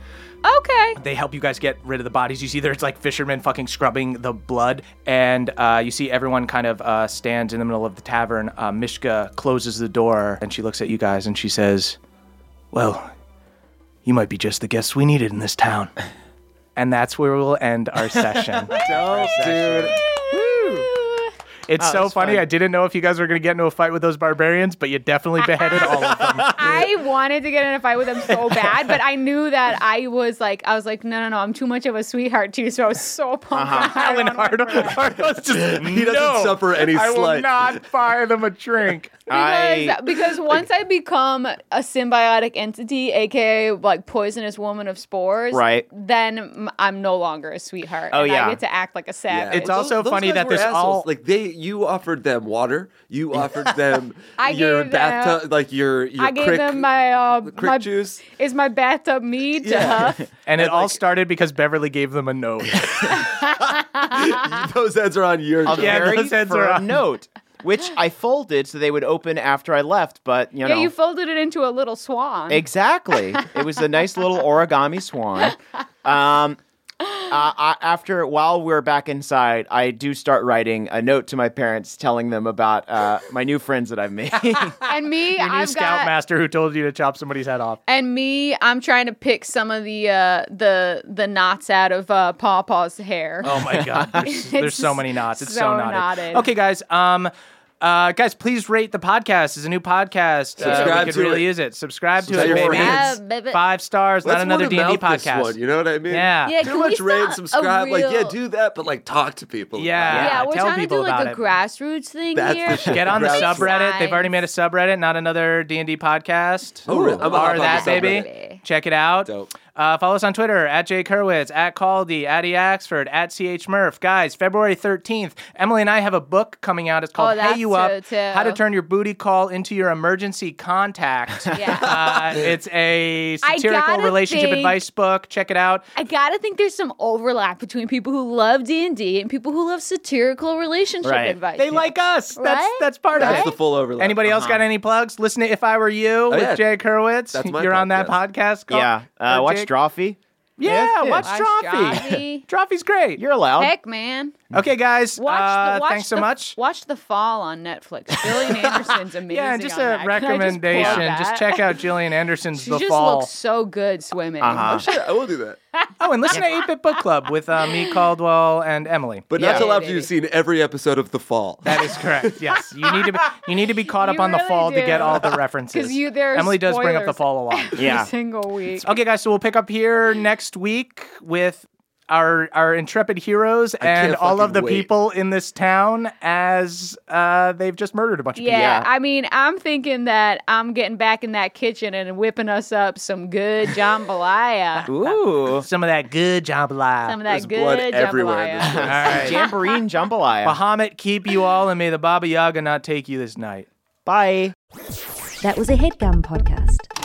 D: Okay.
E: They help you guys get rid of the bodies. You see, there's like fishermen fucking scrubbing the blood, and uh, you see everyone kind of uh, stands in the middle of the tavern. Uh, Mishka closes the door, and she looks at you guys, and she says, "Well, you might be just the guests we needed in this town." And that's where we'll end our session.
B: dude.
E: It's
C: that
E: so
C: was
E: funny.
C: fun.
E: I didn't know if you guys were going to get into a fight with those barbarians, but you definitely beheaded all of them.
D: I wanted to get in a fight with him so bad, but I knew that I was like, I was like, no, no, no, I'm too much of a sweetheart too. So I was
C: Uh-huh.
D: so pumped. I
E: Alan
D: don't want
E: Hard-
D: to hurt him.
E: Hardo's just,
B: He doesn't
E: "No,
B: suffer any
E: I will
B: slight."
E: not buy them a drink.
C: I
D: Because, because once I become a symbiotic entity, aka like poisonous woman of spores,
C: Right.
D: Then m- I'm no longer a sweetheart.
C: Oh,
D: and
C: yeah.
D: I get to act like a savage.
E: It's also
B: Those- those
E: funny
B: guys
E: that
B: were
E: this all-
B: assholes. like they you offered them water, you offered them
D: I
B: your
D: gave them-
B: bathtub, like your your
D: I gave
B: crick,
D: them my uh,
B: crick
D: my
B: juice.
D: is my bathtub mead to
B: Yeah.
D: huff.
E: And it all started because Beverly gave them a note.
B: Those heads are on your.
C: a
B: shoulders.
E: Yeah,
C: very
E: those heads are
C: firm
E: on.
C: note, which I folded so they would open after I left. But you
D: Yeah,
C: know,
D: you folded it into a little swan.
C: Exactly. it was a nice little origami swan. Um, uh, I, after while we're back inside, I do start writing a note to my parents, telling them about uh, my new friends that I've made.
D: and me,
E: Your new
D: I've got
E: scoutmaster who told you to chop somebody's head off.
D: and me, I'm trying to pick some of the uh, the the knots out of uh, Paw Paw's hair.
E: Oh my god, there's, there's so many knots. It's so,
D: so
E: knotted.
D: knotted.
E: Okay, guys. Um, Uh, guys, please rate the podcast. It's a new podcast. Uh,
B: Subscribe
E: we could
B: to
E: really
B: it.
E: use it. Subscribe to
B: Tell
E: it,
B: your
E: baby.
B: friends.
D: Yeah, baby.
E: Five stars.
B: Let's
E: not another
B: word
E: D&D
B: of mouth this
E: podcast.
B: one, you know what I mean?
E: Yeah.
D: Yeah,
B: Too
D: can
B: much
D: we
B: rate and
D: start a
B: subscribe. Like, yeah,
D: real-
B: do that, but like talk to people.
E: Yeah.
D: Yeah, we're
E: tell
D: trying to
E: people
D: do like a
E: about it.
D: grassroots thing
B: That's
D: here.
B: the shit.
E: Get on the
B: Subscribe.
E: subreddit. They've already made a subreddit, not another D and D podcast.
B: Oh, really? I'm gonna hop
E: Or
B: on
E: that
B: the subreddit.
E: baby. Check it out.
B: Dope.
E: Uh, follow us on Twitter at Jay Kerwitz, at Caldy, at E Axford, at CH Murph. Guys, February 13th, Emily and I have a book coming out. It's
D: Oh,
E: called
D: that's
E: Hey You Up
D: true, too.
E: How to Turn Your Booty Call into Your Emergency Contact.
D: Yeah.
E: uh, it's a
D: I
E: satirical
D: gotta
E: relationship
D: think-
E: advice book. Check it out.
D: I gotta think there's some overlap between people who love D and D and people who love satirical relationship advice.
E: They like us. That's
D: Right?
E: that's part of it.
B: That's the full overlap.
E: Anybody else got any plugs? Listen to If I Were You with
B: uh-huh. Oh, yeah.
E: Jay Kerwitz.
B: That's my
E: You're on that
B: podcast.
E: podcast. Go-
C: Yeah. Uh,
E: or
C: watch
E: Jake-
C: Drawfee.
E: Yeah, watch
D: Watch
E: Trophy.
D: Trophy.
E: Trophy's great.
C: You're allowed.
D: Heck, man.
E: okay, guys.
D: Watch
E: uh,
D: the watch
E: thanks
D: the,
E: so much.
D: Watch the fall on Netflix. Gillian Anderson's amazing.
E: Yeah, and just
D: on
E: a
D: that. Can I just plug
E: recommendation.
D: that?
E: Just, check out Jillian Anderson's
D: She
E: The
D: just
E: Fall.
D: looks so good swimming.
B: Yeah, I will do that.
E: oh, and listen to 8 Bit Book Club with uh, me, Caldwell, and Emily.
B: But
E: Yeah.
B: not till after
D: baby.
B: you've seen every episode of The Fall.
E: That is correct. Yes, you need to be, you need to be caught up
D: You
E: on the
D: really
E: fall to
D: do.
E: get all the references.
D: 'Cause you- there are
E: Emily does bring up the
D: spoilers.
E: fall a lot.
C: Yeah.
D: Single week.
E: Okay, guys. So we'll pick up here next week with our our intrepid heroes and all of
B: fucking
E: the
B: wait.
E: people in this town as uh, they've just murdered a bunch of
D: Yeah,
C: Yeah.
D: I mean, I'm thinking that I'm getting back in that kitchen and whipping us up some good jambalaya.
C: Ooh.
E: people. Some of that good jambalaya.
D: some of
B: There's
D: that
B: blood
D: good
B: everywhere in this
D: jambalaya.
E: all right.
C: Jamboree and jambalaya.
E: Bahamut keep you all, and may the Baba Yaga not take you this night.
C: Bye.
J: That was a headgum podcast.